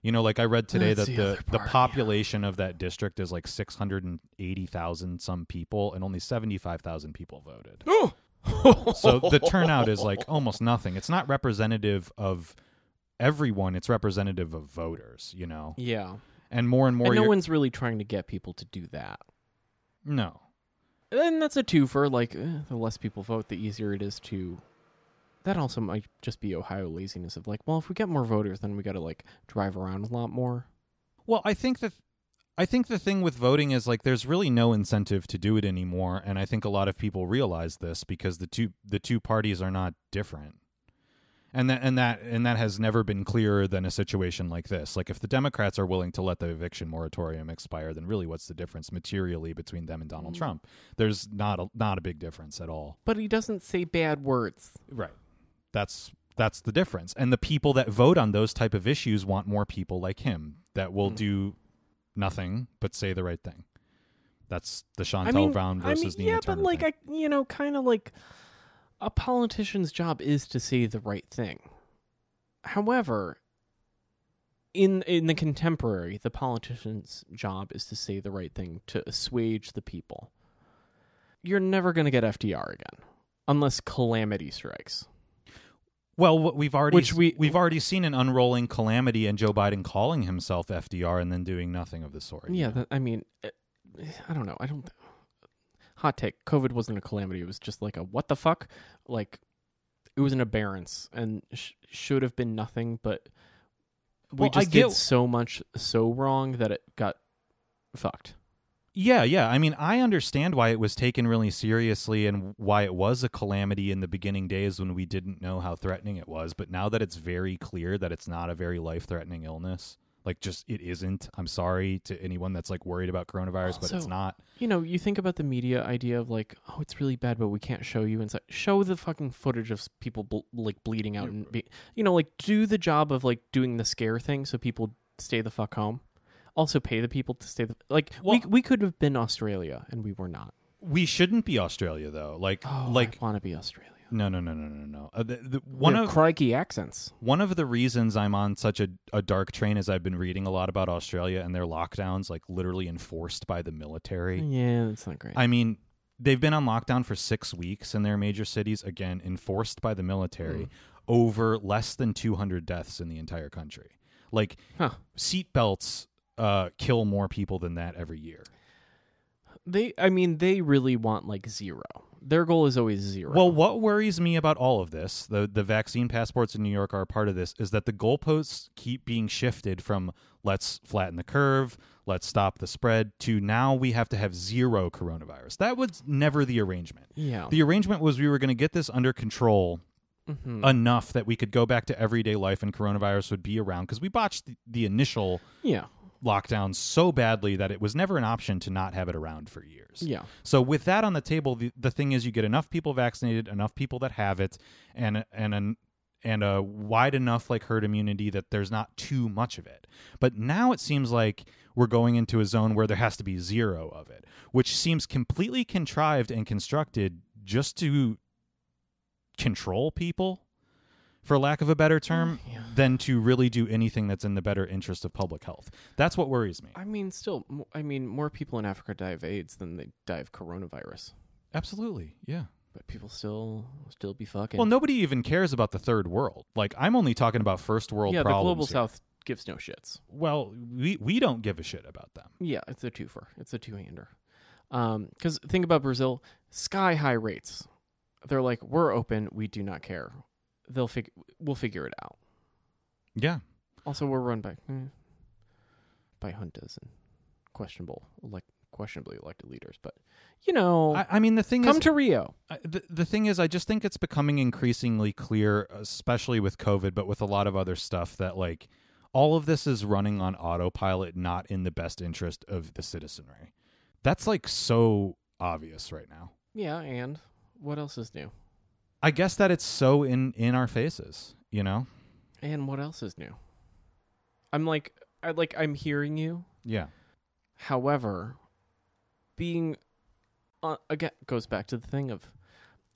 S2: you know like i read today
S1: That's
S2: that
S1: the
S2: the
S1: other
S2: the
S1: part, yeah.
S2: population of that district is like 680,000 some people and only 75,000 people voted Uh, so the turnout is like almost nothing it's not representative of everyone it's representative of voters you know
S1: yeah.
S2: and more and more
S1: And no
S2: you're-
S1: one's really trying to get people to do that.
S2: no
S1: And that's a twofer. Like, eh, the less people vote, the easier it is to. That also might just be Ohio laziness of like, well, if we get more voters, then we got to like drive around a lot more.
S2: Well, I think that I think the thing with voting is like there's really no incentive to do it anymore, and I think a lot of people realize this because the two the two parties are not different. And that and that and that has never been clearer than a situation like this. Like if the Democrats are willing to let the eviction moratorium expire, then really what's the difference materially between them and Donald Trump? There's not a not a big difference at all.
S1: But he doesn't say bad words.
S2: Right. That's that's the difference. And the people that vote on those type of issues want more people like him that
S1: Hmm.
S2: will do nothing but say the right thing. That's the Chantel
S1: I mean,
S2: Brown
S1: I mean,
S2: versus Nina
S1: yeah, but
S2: Turner
S1: like,
S2: thing.
S1: I, you know, kind of like a politician's job is to say the right thing. However, in in the contemporary, the politician's job is to say the right thing to assuage the people. You're never going to get FDR again unless calamity strikes.
S2: well, what we've already
S1: Which we-
S2: we've already seen an unrolling calamity and Joe Biden calling himself FDR and then doing nothing of the sort. you
S1: Yeah,
S2: know?
S1: that, I mean, eh, I don't know. I don't. Hot take: COVID wasn't a calamity. It was just like a what the fuck. Like it was an aberrance and sh- should have been nothing, but we
S2: Well, I
S1: just
S2: get-
S1: did so much so wrong that it got fucked.
S2: Yeah, yeah. I mean, I understand why it was taken really seriously and why it was a calamity in the beginning days when we didn't know how threatening it was. But now that it's very clear that it's not a very life threatening illness, like just it isn't. I'm sorry to anyone that's like worried about coronavirus, but it's
S1: Also-
S2: not.
S1: You know, you think about the media idea of like, oh, it's really bad, but we can't show you inside. Show the fucking footage of s- people bl- like bleeding out and be, you know, like do the job of like doing the scare thing so people stay the fuck home. Also, pay the people to stay the like. we
S2: Well-
S1: we could have been Australia and we were not.
S2: We shouldn't be Australia though. Like,
S1: Oh,
S2: like
S1: want to be Australia.
S2: no, no, no, no, no, no. Uh, the, the, one
S1: Their
S2: of
S1: crikey accents.
S2: one of the reasons I'm on such a, a dark train is I've been reading a lot about Australia and their lockdowns, like literally enforced by the military.
S1: Yeah, that's not great.
S2: I mean, they've been on lockdown for six weeks in their major cities, again, enforced by the military. over less than 200 deaths in the entire country. Like
S1: Huh.
S2: seatbelts uh, kill more people than that every year.
S1: They, I mean, they really want like zero. Their goal is always zero.
S2: Well, what worries me about all of this, the the vaccine passports in New York are a part of this, is that the goalposts keep being shifted from let's flatten the curve, let's stop the spread, to now we have to have zero coronavirus. That was never the arrangement.
S1: yeah.
S2: The arrangement was we were going to get this under control Uh,
S1: Mhm.
S2: enough that we could go back to everyday life and coronavirus would be around because we botched the, the initial
S1: yeah.
S2: lockdown so badly that it was never an option to not have it around for years.
S1: Yeah.
S2: So with that on the table, the, the thing is you get enough people vaccinated, enough people that have it, and and an and a wide enough like herd immunity that there's not too much of it. But now it seems like we're going into a zone where there has to be zero of it, which seems completely contrived and constructed just to control people, for lack of a better term, than to really do anything that's in the better interest of public health. That's what worries me.
S1: I mean, still, m- I mean, more people in Africa die of AIDS than they die of coronavirus,
S2: Absolutely. Yeah.
S1: but people still still be fucking.
S2: Well, nobody even cares about the third world. Like I'm only talking about first world
S1: yeah, the
S2: problems.
S1: global
S2: here.
S1: south gives no shits.
S2: Well, we we don't give a shit about them.
S1: Yeah, it's a twofer. It's a two-hander. Um, because think about Brazil, sky high rates. They're like, we're open. We do not care. They'll fig- we'll figure it out.
S2: Yeah.
S1: Also, we're run by mm, by juntas and questionable, like questionably elected leaders. But you know,
S2: I, I mean the thing
S1: come
S2: is
S1: to Rio.
S2: I- the, the thing is I just think it's becoming increasingly clear especially with COVID but with a lot of other stuff that like all of this is running on autopilot not in the best interest of the citizenry. That's like so obvious right now.
S1: Yeah, and what else is new?
S2: I guess that it's so in in our faces, you know?
S1: And what else is new? I'm like I like I'm hearing you.
S2: Yeah.
S1: However, being uh, again goes back to the thing of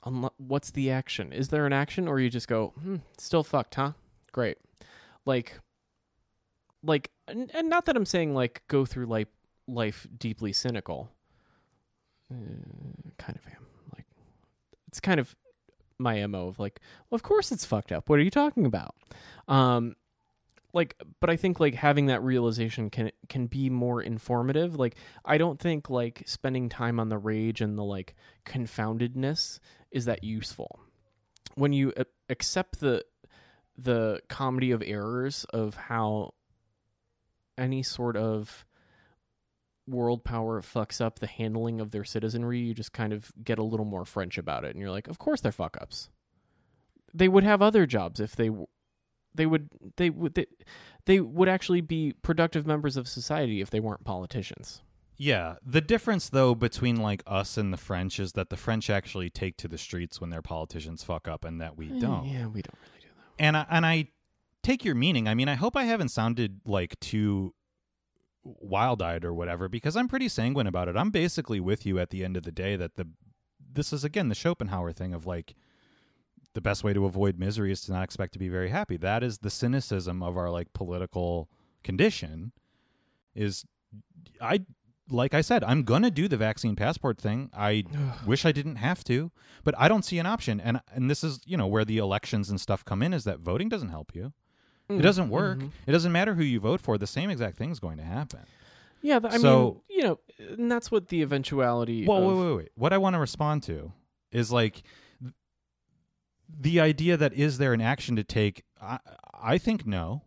S1: unlo- what's the action? Is there an action or you just go, "Hmm, still fucked, huh?" Great. Like like and, and not that I'm saying like go through life life deeply cynical. Uh, kind of am. Like it's kind of my MO of like, well, of course it's fucked up. What are you talking about? Um like but i think like having that realization can can be more informative like i don't think like spending time on the rage and the like confoundedness is that useful when you a- accept the the comedy of errors of how any sort of world power fucks up the handling of their citizenry you just kind of get a little more french about it and you're like of course they're fuck ups they would have other jobs if they w- they would they would they, they would actually be productive members of society if they weren't politicians.
S2: Yeah. The difference, though, between like us and the French is that the French actually take to the streets when their politicians fuck up, and that we
S1: Hmm,
S2: don't.
S1: Yeah, we don't really do that.
S2: And I, and I take your meaning. I mean, I hope I haven't sounded like too wild-eyed or whatever, because I'm pretty sanguine about it. I'm basically with you at the end of the day that the this is again the Schopenhauer thing of like the best way to avoid misery is to not expect to be very happy. That is the cynicism of our like political condition is I like I said, I'm gonna do the vaccine passport thing. I wish I didn't have to, but I don't see an option. And and this is, you know, where the elections and stuff come in is that voting doesn't help you.
S1: Mm-hmm.
S2: It doesn't work. It doesn't matter who you vote for, the same exact thing is going to happen.
S1: Yeah, th- I mean,
S2: So-
S1: you know, and that's what the eventuality.
S2: Well,
S1: of,
S2: wait, wait, wait. What I want to respond to is like th- the idea that is there an action to take? I, I think no.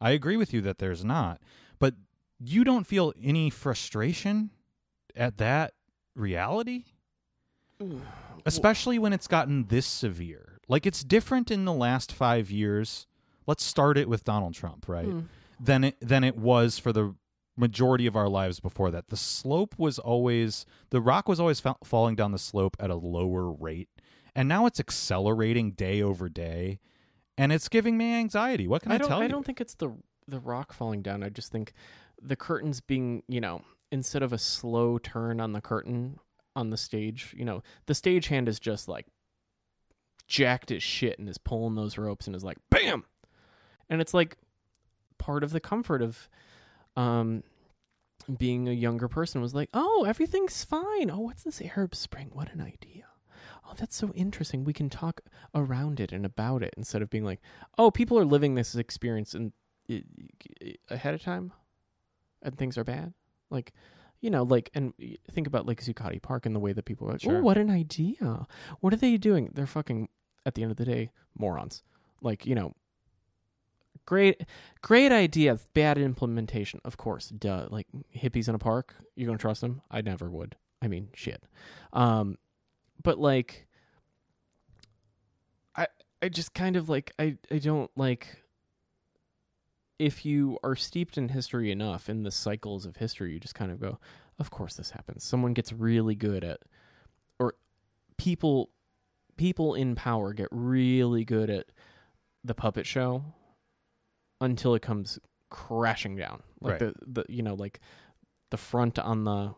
S2: I agree with you that there's not, but you don't feel any frustration at that reality, especially when it's gotten this severe. Like it's different in the last five years. Let's start it with Donald Trump, right?
S1: Hmm.
S2: than it than it was for the majority of our lives before that. The slope was always the rock was always fa- falling down the slope at a lower rate, and now it's accelerating day over day, and it's giving me anxiety. What can I,
S1: I don't.
S2: tell
S1: I
S2: you?
S1: don't think it's the the rock falling down. I just think the curtains being, you know, instead of a slow turn on the curtain on the stage, you know, the stage hand is just like jacked as shit and is pulling those ropes and is like, bam, and it's like part of the comfort of, um. Being a younger person was like, oh, everything's fine. Oh, what's this Arab Spring? What an idea! oh, that's so interesting. We can talk around it and about it instead of being like, oh, people are living this experience and i- i- ahead of time, and things are bad. Like, you know, like, and y- think about like Zuccotti Park and the way that people are like, oh,
S2: Sure.
S1: what an idea. What are they doing? They're fucking at the end of the day morons. Like, you know, great, great idea, bad implementation, of course. Duh. Like hippies in a park, you gonna trust them? I never would. I mean, shit. Um, but like i i just kind of like i i don't like if you are steeped in history enough in the cycles of history you just kind of go of course this happens someone gets really good at or people people in power get really good at the puppet show until it comes crashing down like
S2: Right.
S1: the, the you know like the front on the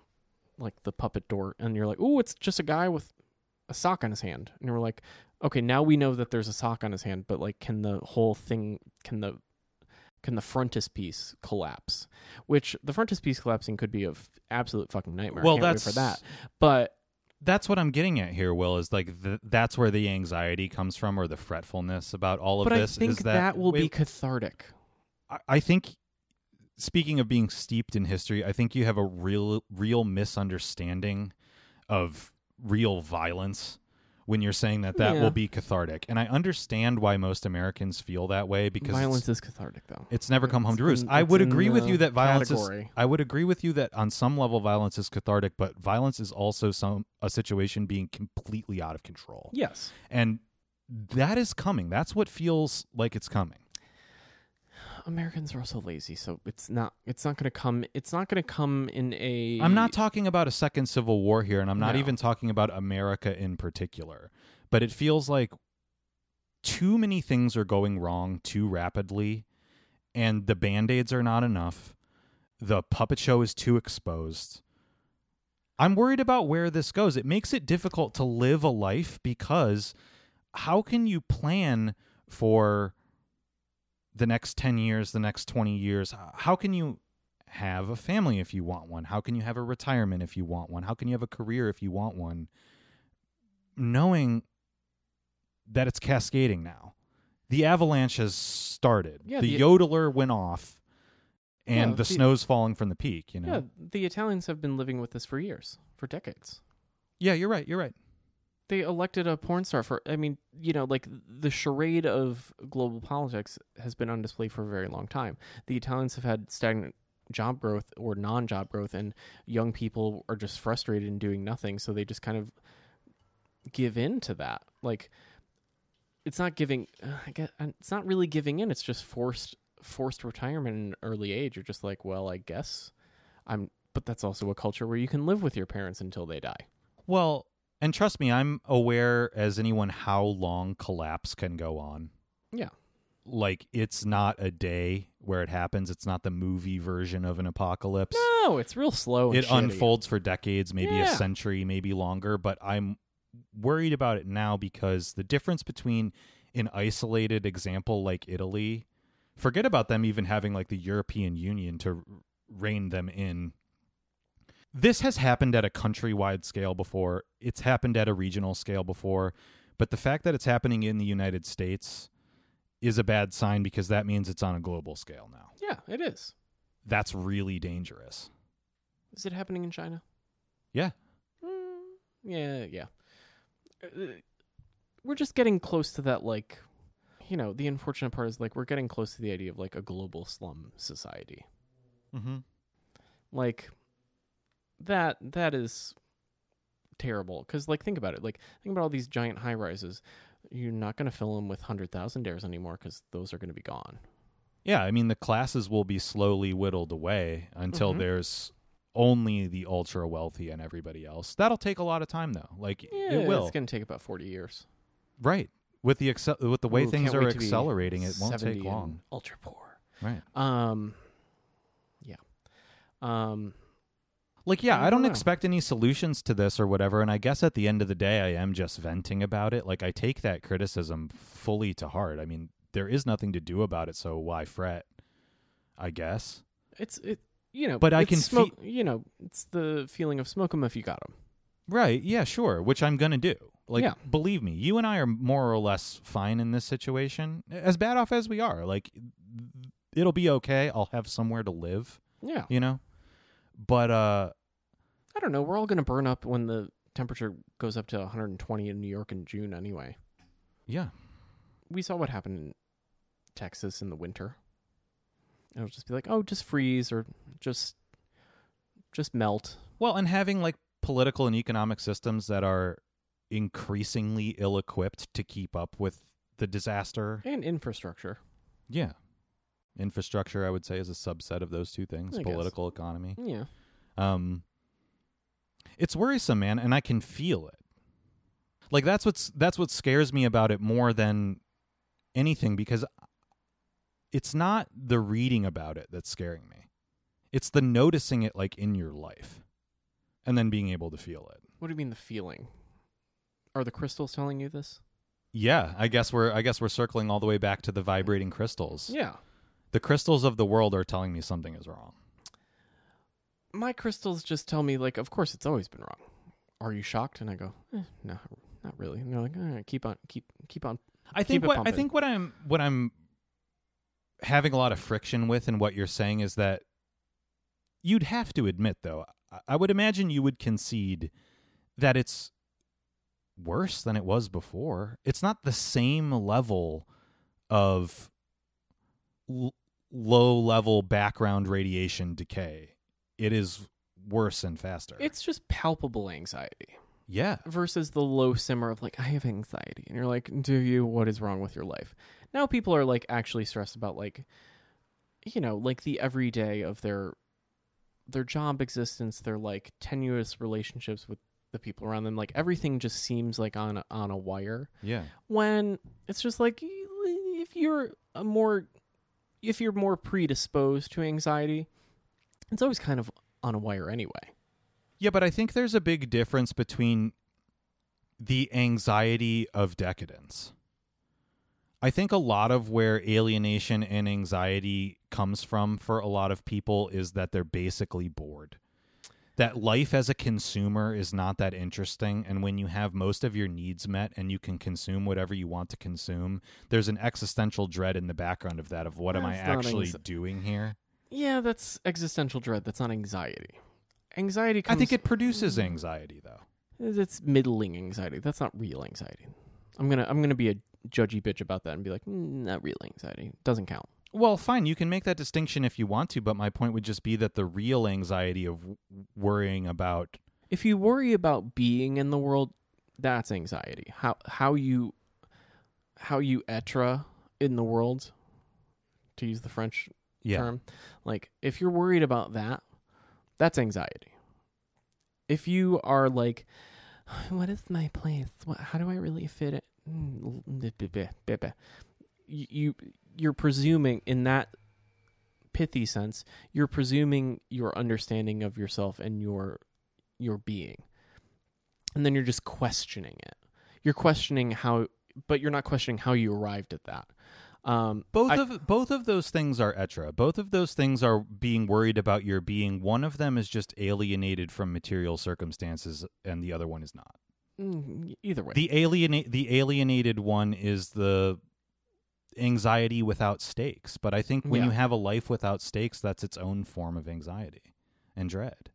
S1: like the puppet door and you're like oh it's just a guy with a sock on his hand and we're like okay now we know that there's a sock on his hand but like can the whole thing can the can the frontispiece collapse which the frontispiece collapsing could be a f- absolute fucking nightmare I
S2: Well,
S1: can't wait
S2: that's
S1: for that but
S2: that's what I'm getting at here, Will. Is like th- that's where the anxiety comes from, or the fretfulness about all of
S1: but i
S2: this.
S1: think
S2: is
S1: that,
S2: that,
S1: will be
S2: Wait,
S1: cathartic
S2: I- I think speaking of being steeped in history, I think you have a real real misunderstanding of real violence when you're saying that that
S1: Yeah.
S2: will be cathartic. And I understand why most Americans feel that way because
S1: violence is
S2: it's,
S1: cathartic though
S2: it's never come home to
S1: it's
S2: roost.
S1: in-
S2: I
S1: it's
S2: would
S1: in
S2: agree with
S1: the
S2: you that violence is
S1: category.
S2: I would agree with you that on some level violence is cathartic, but violence is also some a situation being completely out of control.
S1: yes
S2: And that is coming. That's what feels like it's coming.
S1: americans are also lazy so it's not it's not gonna come it's not gonna come in a
S2: I'm not talking about a second civil war here, and I'm not
S1: No.
S2: even talking about America in particular. But it feels like too many things are going wrong too rapidly, and the band aids are not enough. The puppet show is too exposed. I'm worried about where this goes. It makes it difficult to live a life because how can you plan for the next 10 years, the next 20 years? H- How can you have a family if you want one? How can you have a retirement if you want one? How can you have a career if you want one? Knowing that it's cascading now. The avalanche has started.
S1: Yeah,
S2: the,
S1: the-
S2: yodeler went off and
S1: Yeah,
S2: the,
S1: the-
S2: snow's falling from the peak, you know.
S1: yeah the italians have been living with this for years for decades
S2: yeah you're right, you're right.
S1: they elected a porn star for i mean you know like the charade of global politics has been on display for a very long time the italians have had stagnant job growth or non-job growth and young people are just frustrated and doing nothing so they just kind of give in to that like it's not giving I guess, it's not really giving in it's just forced forced retirement in an early age you're just like well i guess i'm but that's also a culture where you can live with your parents until they die
S2: Well, and trust me, I'm aware as anyone how long collapse can go on.
S1: Yeah.
S2: Like it's not a day where it happens. It's not the movie version of an apocalypse.
S1: no it's real slow Oh, and
S2: it
S1: shitty.
S2: unfolds for decades, maybe
S1: Yeah.
S2: a century, maybe longer, but I'm worried about it now because the difference between an isolated example like Italy, forget about them even having like the European Union to rein them in. This has happened at a countrywide scale before. It's happened at a regional scale before, but the fact that it's happening in the United States is a bad sign because that means it's on a global scale now.
S1: Yeah, it is.
S2: That's really dangerous.
S1: Is it happening in China?
S2: Yeah.
S1: Mm, yeah, yeah. Uh, We're just getting close to that, like, you know, the unfortunate part is, like, we're getting close to the idea of, like, a global slum society.
S2: Mm-hmm.
S1: Like, that, that is terrible. Cause, like, think about it. Like, think about all these giant high rises. You're not going to fill them with 100,000 dares anymore because those are going to be gone.
S2: Yeah, I mean the classes will be slowly whittled away until
S1: Mhm.
S2: there's only the ultra wealthy and everybody else. That'll take a lot of time though. Like
S1: Yeah,
S2: it will.
S1: It's going to take about 40 years.
S2: Right. With the excel- with the way
S1: Ooh,
S2: things
S1: can't
S2: are
S1: wait to be
S2: accelerating, it won't
S1: 70
S2: take
S1: and
S2: long.
S1: Ultra poor.
S2: Right.
S1: Um, yeah. Um,
S2: Like yeah,
S1: I
S2: I don't
S1: dunno.
S2: expect any solutions to this or whatever and I guess at the end of the day I am just venting about it. Like I take that criticism fully to heart. I mean, there is nothing to do about it, so why fret? I guess.
S1: it's it. You know,
S2: But I
S1: it's
S2: can
S1: smoke. you know, it's the feeling of smoke 'em if you got 'em.
S2: Right. Yeah, sure. Which I'm going to do. Like,
S1: Yeah.
S2: believe me, you and I are more or less fine in this situation, as bad off as we are. Like, it'll be okay. I'll have somewhere to live,
S1: Yeah.
S2: you know? But, uh,
S1: I don't know. We're all going to burn up when the temperature goes up to 120 in New York in June anyway.
S2: yeah.
S1: We saw what happened in Texas in the winter. It'll just be like, oh, just freeze or just just melt.
S2: Well, and having like political and economic systems that are increasingly ill equipped to keep up with the disaster.
S1: And infrastructure.
S2: Yeah. Infrastructure, I would say, is a subset of those two things
S1: I guess.
S2: political economy.
S1: Yeah.
S2: Um, it's worrisome, man, and I can feel it. Like that's what's that's what scares me about it more than anything because it's not the reading about it that's scaring me. It's the noticing it like in your life and then being able to feel it.
S1: What do you mean the feeling? Are the crystals telling you this?
S2: Yeah, I guess we're I guess we're circling all the way back to the vibrating crystals.
S1: Yeah.
S2: The crystals of the world are telling me something is wrong.
S1: My crystals just tell me, like, of course it's always been wrong. Are you shocked? And I go, eh, no, not really. And they're like, all right, keep on, keep, keep on.
S2: I think
S1: it
S2: what I
S1: pumping.
S2: think what I'm what I'm having a lot of friction with and what you're saying is that you'd have to admit though I, I would imagine you would concede that it's worse than it was before. It's not the same level of l- low level background radiation decay. It is worse and faster.
S1: It's just palpable anxiety
S2: yeah.
S1: versus the low simmer of like, I have anxiety. And you're like, do you? What is wrong with your life? Now people are like actually stressed about like, you know, like the everyday of their, their job existence, their like tenuous relationships with the people around them. Like everything just seems like on a, on a wire.
S2: Yeah.
S1: when it's just like if you're a more if you're more predisposed to anxiety it's always kind of on a wire anyway
S2: Yeah, but I think there's a big difference between the anxiety of decadence. I think a lot of where alienation and anxiety comes from for a lot of people is that they're basically bored. That life as a consumer is not that interesting. And when you have most of your needs met and you can consume whatever you want to consume, there's an existential dread in the background of that of what am I
S1: That's not
S2: actually
S1: anxi-
S2: doing here?
S1: yeah that's existential dread that's not anxiety anxiety
S2: I
S1: comes,
S2: think it produces anxiety, though.
S1: it's middling anxiety that's not real anxiety i'm gonna i'm gonna be a judgy bitch about that and be like "Mm, not real anxiety doesn't count
S2: Well, fine, you can make that distinction if you want to, but my point would just be that the real anxiety of w- worrying about
S1: if you worry about being in the world that's anxiety how how you how you etre in the world to use the french
S2: yeah,
S1: term like if you're worried about that that's anxiety if you are like what is my place what, how do i really fit it Mm, l- bleh, bleh, bleh, bleh. you you- you're presuming in that pithy sense you're presuming your understanding of yourself and your your being and then you're just questioning it you're questioning how but you're not questioning how you arrived at that um
S2: Both
S1: I-
S2: of both of those things are etra. Both of those things are being worried about your being. One of them is just alienated from material circumstances, and the other one is not.
S1: mm, either way
S2: The alienate the alienated one is the anxiety without stakes. But I think when
S1: Yeah.
S2: you have a life without stakes, that's its own form of anxiety and dread.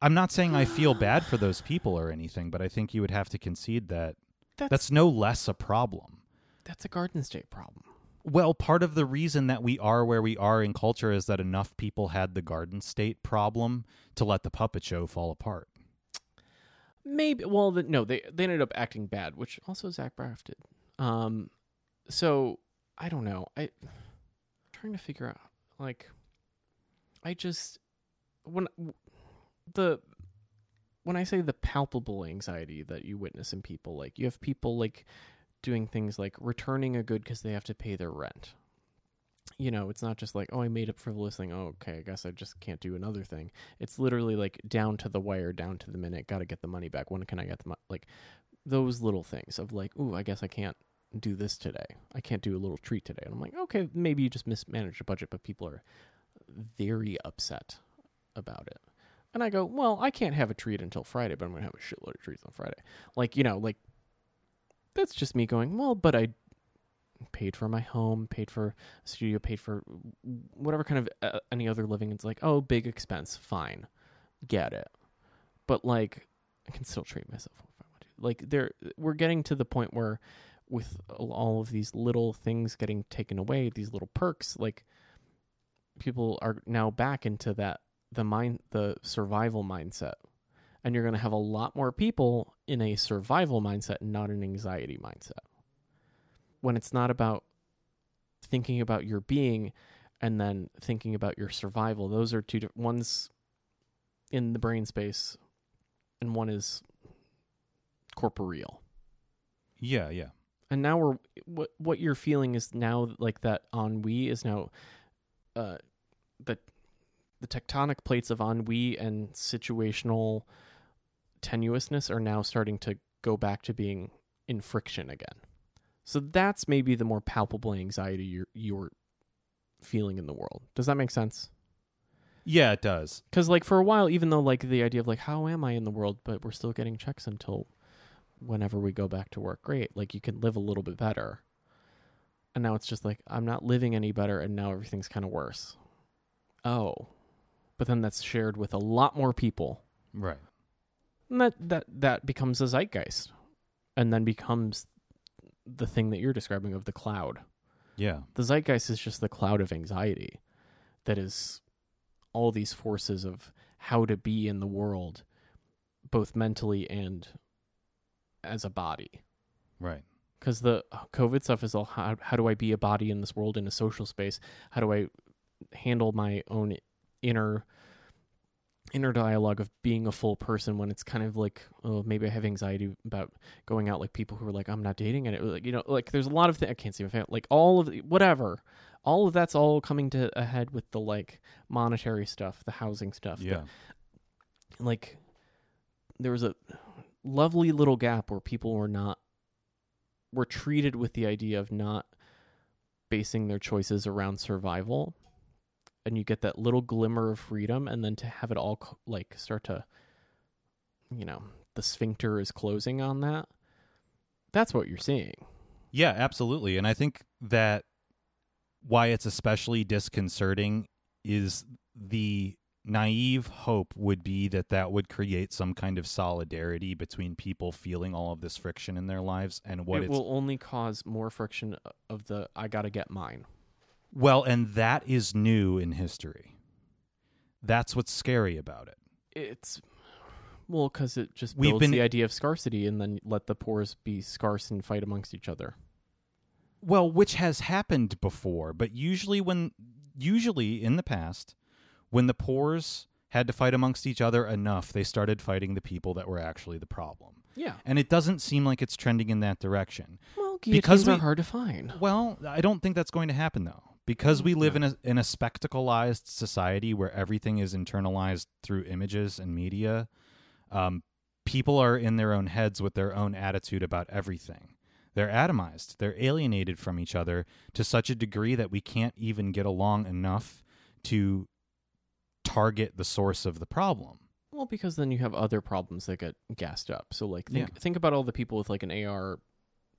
S2: I'm not saying I feel bad for those people or anything, but I think you would have to concede that
S1: that's
S2: that's no less a problem.
S1: That's a Garden State problem.
S2: Well, part of the reason that we are where we are in culture is that enough people had the garden state problem to let the puppet show fall apart.
S1: Maybe. Well, the, no, they they ended up acting bad, which also Zach Braff did. Um, so I don't know. I trying to figure out like I just when the when I say the palpable anxiety that you witness in people, like you have people like doing things like returning a good because they have to pay their rent. You know, it's not just like, oh, I made a frivolous thing. Oh, okay, I guess I just can't do another thing. It's literally like down to the wire, down to the minute. Got to get the money back. When can I get the money? Like those little things of like, ooh, I guess I can't do this today. I can't do a little treat today. And I'm like, okay, maybe you just mismanaged your budget, but people are very upset about it. And I go, well, I can't have a treat until Friday, but I'm gonna have a shitload of treats on Friday. Like you know, like that's just me going, well, but I paid for my home, paid for a studio, paid for whatever kind of uh, any other living. It's like, oh, big expense, fine, get it. But like, I can still treat myself if I want to. Like, there, we're getting to the point where with all of these little things getting taken away, these little perks, like people are now back into that the mind the survival mindset. And you're going to have a lot more people in a survival mindset, not an anxiety mindset. When it's not about thinking about your being and then thinking about your survival, those are two di- one's in the brain space and one is corporeal
S2: Yeah, yeah.
S1: and now we're what what you're feeling is now like that ennui is now uh the the tectonic plates of ennui and situational tenuousness are now starting to go back to being in friction again so that's maybe the more palpable anxiety you're you're feeling in the world does that make sense
S2: Yeah, it does.
S1: because like for a while even though like the idea of like how am i in the world but we're still getting checks until whenever we go back to work great like you can live a little bit better and now it's just like i'm not living any better and now everything's kind of worse oh but then that's shared with a lot more people
S2: Right.
S1: and that that that becomes a zeitgeist and then becomes the thing that you're describing of the cloud
S2: Yeah.
S1: the zeitgeist is just the cloud of anxiety that is all these forces of how to be in the world both mentally and as a body
S2: Right.
S1: because the covid stuff is all how, how do i be a body in this world in a social space how do i handle my own inner inner dialogue of being a full person when it's kind of like oh maybe i have anxiety about going out like people who are like i'm not dating and it was like you know like there's a lot of things i can't see my family like all of the, whatever all of that's all coming to a head with the like monetary stuff the housing stuff the
S2: Yeah.
S1: like there was a lovely little gap where people were not were treated with the idea of not basing their choices around survival and you get that little glimmer of freedom and then to have it all co- like start to you know the sphincter is closing on that that's what you're seeing
S2: Yeah, absolutely. And I think that why it's especially disconcerting is the naive hope would be that that would create some kind of solidarity between people feeling all of this friction in their lives and what
S1: it
S2: it's
S1: will only cause more friction uh, of the i gotta get mine
S2: well and that is new in history that's what's scary about it
S1: it's well because it just
S2: We've
S1: builds
S2: been-
S1: the idea of scarcity and then let the poorest be scarce and fight amongst each other
S2: Well, which has happened before, but usually when usually in the past, when the poors had to fight amongst each other enough, they started fighting the people that were actually the problem.
S1: yeah
S2: And it doesn't seem like it's trending in that direction.
S1: well
S2: Because
S1: because they're
S2: we-
S1: hard to find
S2: Well, I don't think that's going to happen though. Because we live in a in a spectacleized society where everything is internalized through images and media, um, people are in their own heads with their own attitude about everything. They're atomized. They're alienated from each other to such a degree that we can't even get along enough to target the source of the problem.
S1: well because then you have other problems that get gassed up so like think
S2: Yeah.
S1: think about all the people with like an ar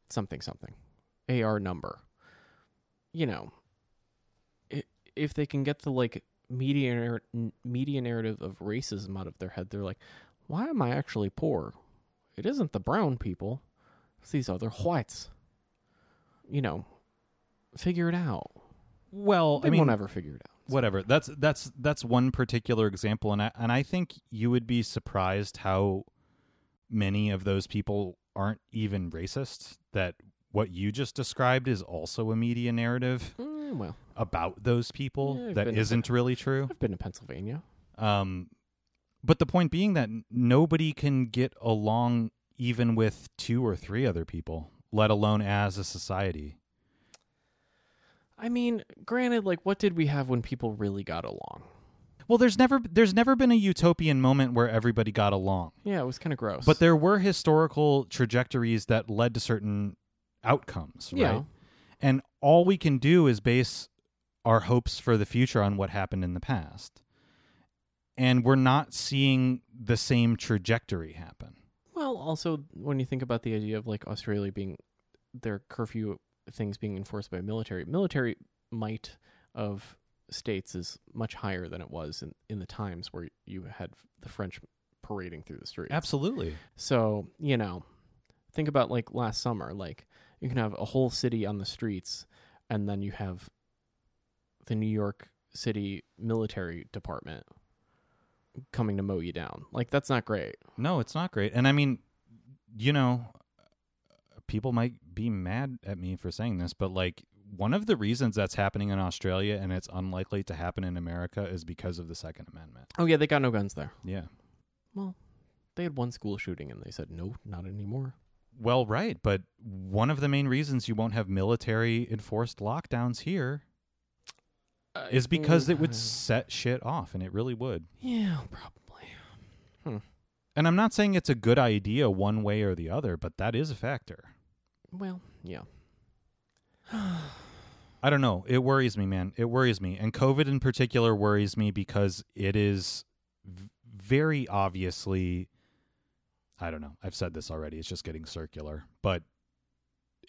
S1: something something ar number you know i- if they can get the like media nar- n- media narrative of racism out of their head they're like why am i actually poor it isn't the brown people it's these other whites you know figure it out
S2: Well,
S1: they
S2: I mean,
S1: won't ever figure it out
S2: whatever that's that's that's one particular example and I, and I think you would be surprised how many of those people aren't even racist that what you just described is also a media narrative
S1: Mm, well
S2: about those people
S1: Yeah, I've
S2: that
S1: been to
S2: isn't really true
S1: i've been to pennsylvania
S2: um but the point being that n- nobody can get along even with two or three other people let alone as a society
S1: I mean, granted, like, what did we have when people really got along?
S2: well there's never there's never been a utopian moment where everybody got along
S1: Yeah, it was kind of gross.
S2: But there were historical trajectories that led to certain outcomes, right?
S1: Yeah.
S2: And all we can do is base our hopes for the future on what happened in the past. and we're not seeing the same trajectory happen.
S1: Well, also when you think about the idea of like Australia being their curfew things being enforced by military, military might of states is much higher than it was in, in the times where you had the French parading through the streets.
S2: Absolutely.
S1: So, you know, think about like last summer, like you can have a whole city on the streets and then you have the New York City military department coming to mow you down. Like that's not great.
S2: No, it's not great. And I mean, you know, people might be mad at me for saying this, but like one of the reasons that's happening in Australia and it's unlikely to happen in America is because of the Second Amendment.
S1: Oh yeah, they got no guns there.
S2: Yeah.
S1: Well, they had one school shooting and they said no, not anymore.
S2: Well, right. But one of the main reasons you won't have military enforced lockdowns here
S1: Uh,
S2: is because it
S1: mm,
S2: would set shit off, and it really would.
S1: Yeah, probably.
S2: And I'm not saying it's a good idea one way or the other, but that is a factor.
S1: Well, yeah.
S2: I don't know. It worries me, man. It worries me. And COVID in particular worries me because it is v- very obviously I don't know. I've said this already. It's just getting circular, but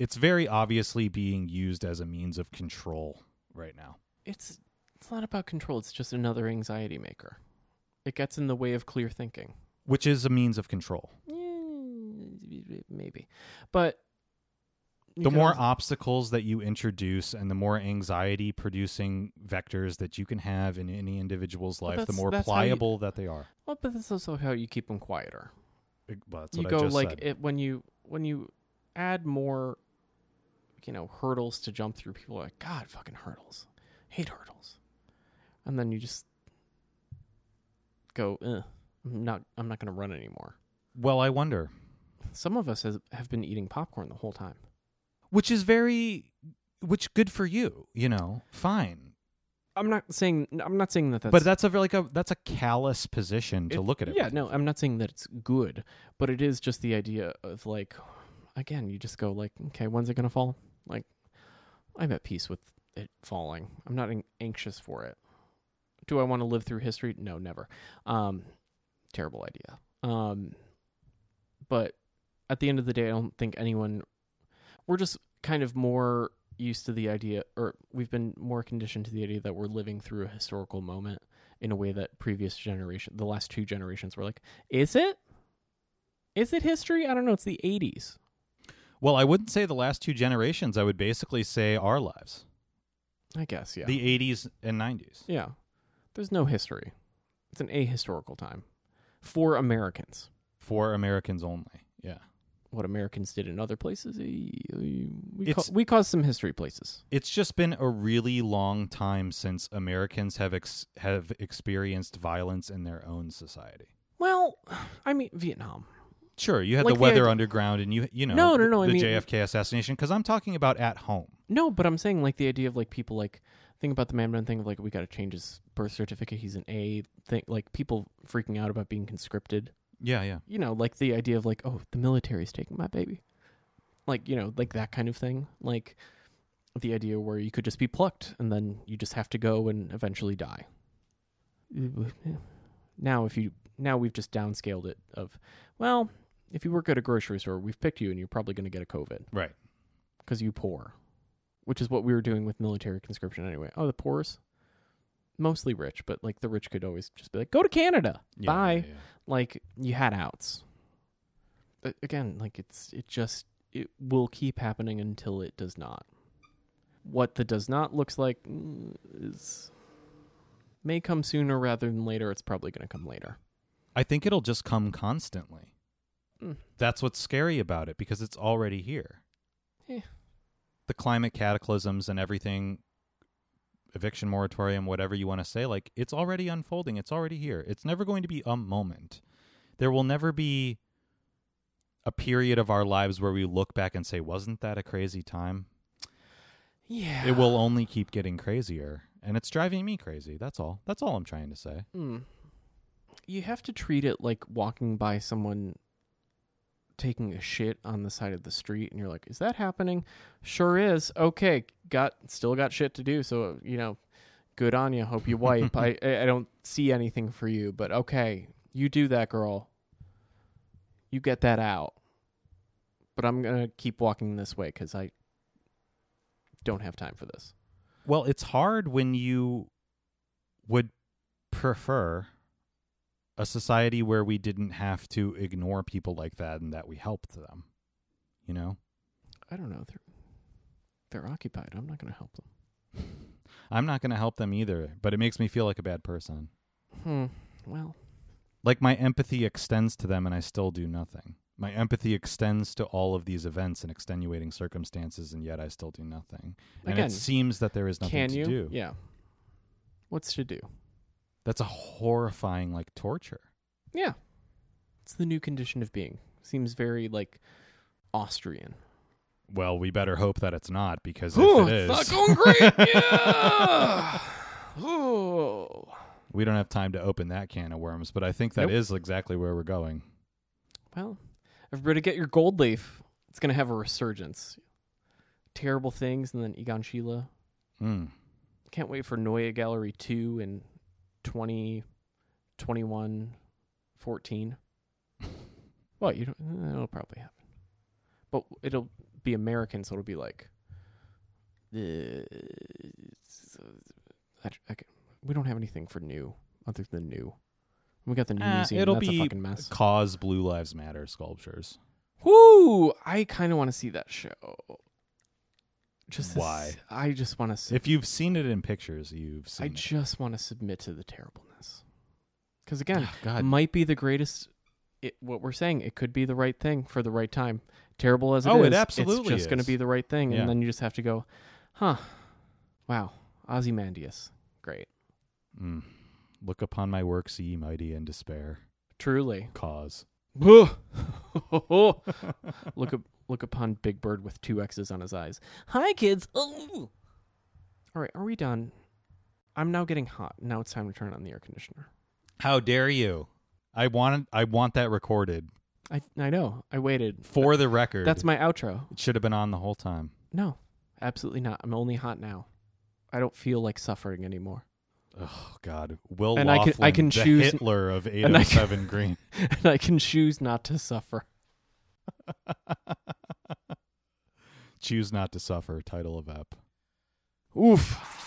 S2: it's very obviously being used as a means of control right now.
S1: It's it's not about control, it's just another anxiety maker. It gets in the way of clear thinking.
S2: Which is a means of control.
S1: Yeah, Maybe. But you
S2: The
S1: can
S2: more
S1: also-
S2: obstacles that you introduce and the more anxiety producing vectors that you can have in any individual's
S1: Well,
S2: life, the
S1: that's-
S2: more
S1: that's how you-
S2: pliable that they are.
S1: well, but that's also how you keep them quieter.
S2: Well, that's
S1: you
S2: what I
S1: go
S2: just
S1: like
S2: said.
S1: it when you when you add more you know hurdles to jump through people are like god fucking hurdles hate hurdles and then you just go eh, i'm not i'm not going to run anymore
S2: well, I wonder.
S1: some of us has, have been eating popcorn the whole time
S2: which is very which good for you you know fine
S1: i'm not saying i'm not saying that that's
S2: but that's a very- like a that's a callous position to
S1: it-
S2: look at it
S1: yeah no i'm not saying that it's good but it is just the idea of like again you just go like okay when's it going to fall like i'm at peace with it falling i'm not an- anxious for it do i want to live through history no never um terrible idea um but at the end of the day i don't think anyone we're just kind of more used to the idea or we've been more conditioned to the idea that we're living through a historical moment in a way that previous generation the last two generations were like is it is it history i don't know it's the 80s
S2: well i wouldn't say the last two generations i would basically say our lives
S1: i guess yeah
S2: the 80s and 90s
S1: yeah there's no history it's an ahistorical time for americans
S2: for americans only yeah
S1: what americans did in other places eh, eh, we, ca-
S2: It's-
S1: we caused some history places
S2: it's just been a really long time since americans have ex- have experienced violence in their own society
S1: well i mean vietnam
S2: sure you had
S1: Like
S2: the
S1: the
S2: weather
S1: idea-
S2: underground and you you know
S1: No, no, no, I
S2: the
S1: mean-
S2: jfk assassination because i'm talking about at home
S1: No, but I'm saying like the idea of like people like think about the Mandarin thing of like we got to change his birth certificate. He's an A thing. Like people freaking out about being conscripted.
S2: yeah yeah
S1: You know, like the idea of like oh the military's taking my baby. Like you know like that kind of thing. Like the idea where you could just be plucked and then you just have to go and eventually die. Now if you now we've just downscaled it of well if you work at a grocery store we've picked you and you're probably going to get a COVID
S2: right
S1: because you poor, which is what we were doing with military conscription anyway. Oh, the poor's mostly rich, but like the rich could always just be like, go to Canada,
S2: Yeah,
S1: bye.
S2: yeah, yeah.
S1: Like you had outs. A- Again, like it's it just it will keep happening until it does not. What the does not looks like mm, is may come sooner rather than later. It's probably going to come later.
S2: I think it'll just come constantly.
S1: Mm.
S2: That's what's scary about it because it's already here.
S1: Yeah.
S2: The climate cataclysms and everything, eviction moratorium, whatever you want to say, like it's already unfolding. It's already here. It's never going to be a moment. There will never be a period of our lives where we look back and say, wasn't that a crazy time?
S1: Yeah,
S2: It will only keep getting crazier. And it's driving me crazy. That's all. That's all I'm trying to say.
S1: Hmm. You have to treat it like walking by someone taking a shit on the side of the street and you're like, "Is that happening?" Sure is. Okay, got still got shit to do, so you know, good on you. Hope you wipe. I I I don't see anything for you, but okay, you do that, girl. You get that out. But I'm gonna keep walking this way because I don't have time for this.
S2: Well, it's hard when you would prefer a society where we didn't have to ignore people like that and that we helped them. You know?
S1: I don't know. They're they're occupied. I'm not gonna help them.
S2: I'm not going to help them either, but it makes me feel like a bad person.
S1: Hmm. Well,
S2: Like my empathy extends to them and I still do nothing. My empathy extends to all of these events and extenuating circumstances and yet I still do nothing. And
S1: Again,
S2: it seems that there is nothing
S1: can
S2: to
S1: you?
S2: do.
S1: Yeah. What's to do?
S2: That's a horrifying like torture.
S1: Yeah. It's the new condition of being. Seems very like Austrian.
S2: Well, we better hope that it's not because
S1: Ooh,
S2: if it
S1: it's
S2: is,
S1: not going great. Yeah. Ooh.
S2: we don't have time to open that can of worms, but I think that
S1: Nope.
S2: is exactly where we're going.
S1: Well, everybody get your gold leaf. It's gonna have a resurgence. Terrible things, and then Egon Sheila.
S2: Mm.
S1: Can't wait for Neue Gallery two in 20, 21, 14. Well, you don't. eh, It'll probably happen, but it'll be American, so it'll be like. Uh, it's- I, I can- we don't have anything for new other than new. We got the new
S2: Uh,
S1: museum.
S2: it'll
S1: That's
S2: be
S1: a fucking mess.
S2: Cause Blue Lives Matter sculptures.
S1: Whoo! I kind of want to see that show. Just to
S2: Why?
S1: s- I just want to.
S2: If you've seen it in pictures, you've seen
S1: I
S2: it.
S1: just want to submit to the terribleness. Because again,
S2: Ah, God.
S1: might be the greatest. It, what we're saying, it could be the right thing for the right time. Terrible as it is,
S2: Oh, it absolutely
S1: it's just going
S2: is.
S1: to be the right thing,
S2: Yeah.
S1: and then you just have to go, huh? Wow, Ozymandias, great,
S2: Mm. Look upon my works, ye mighty, and despair.
S1: truly.
S2: Cause.
S1: Look up, look upon Big Bird with two X's on his eyes. Hi, kids. Ooh. All right, are we done? I'm now getting hot. Now it's time to turn on the air conditioner.
S2: How dare you? I want I want that recorded
S1: I I know. I waited.
S2: for the record.
S1: That's my outro.
S2: it should have been on the whole time.
S1: No, absolutely not. I'm only hot now. I don't feel like suffering anymore.
S2: Oh God, Will
S1: And I can- I
S2: Laughlin,
S1: can
S2: the
S1: choose-
S2: Hitler of eight
S1: and I
S2: hundred
S1: can-
S2: seven Green.
S1: and I can choose not to suffer.
S2: Choose not to suffer. Title of ep.
S1: Oof.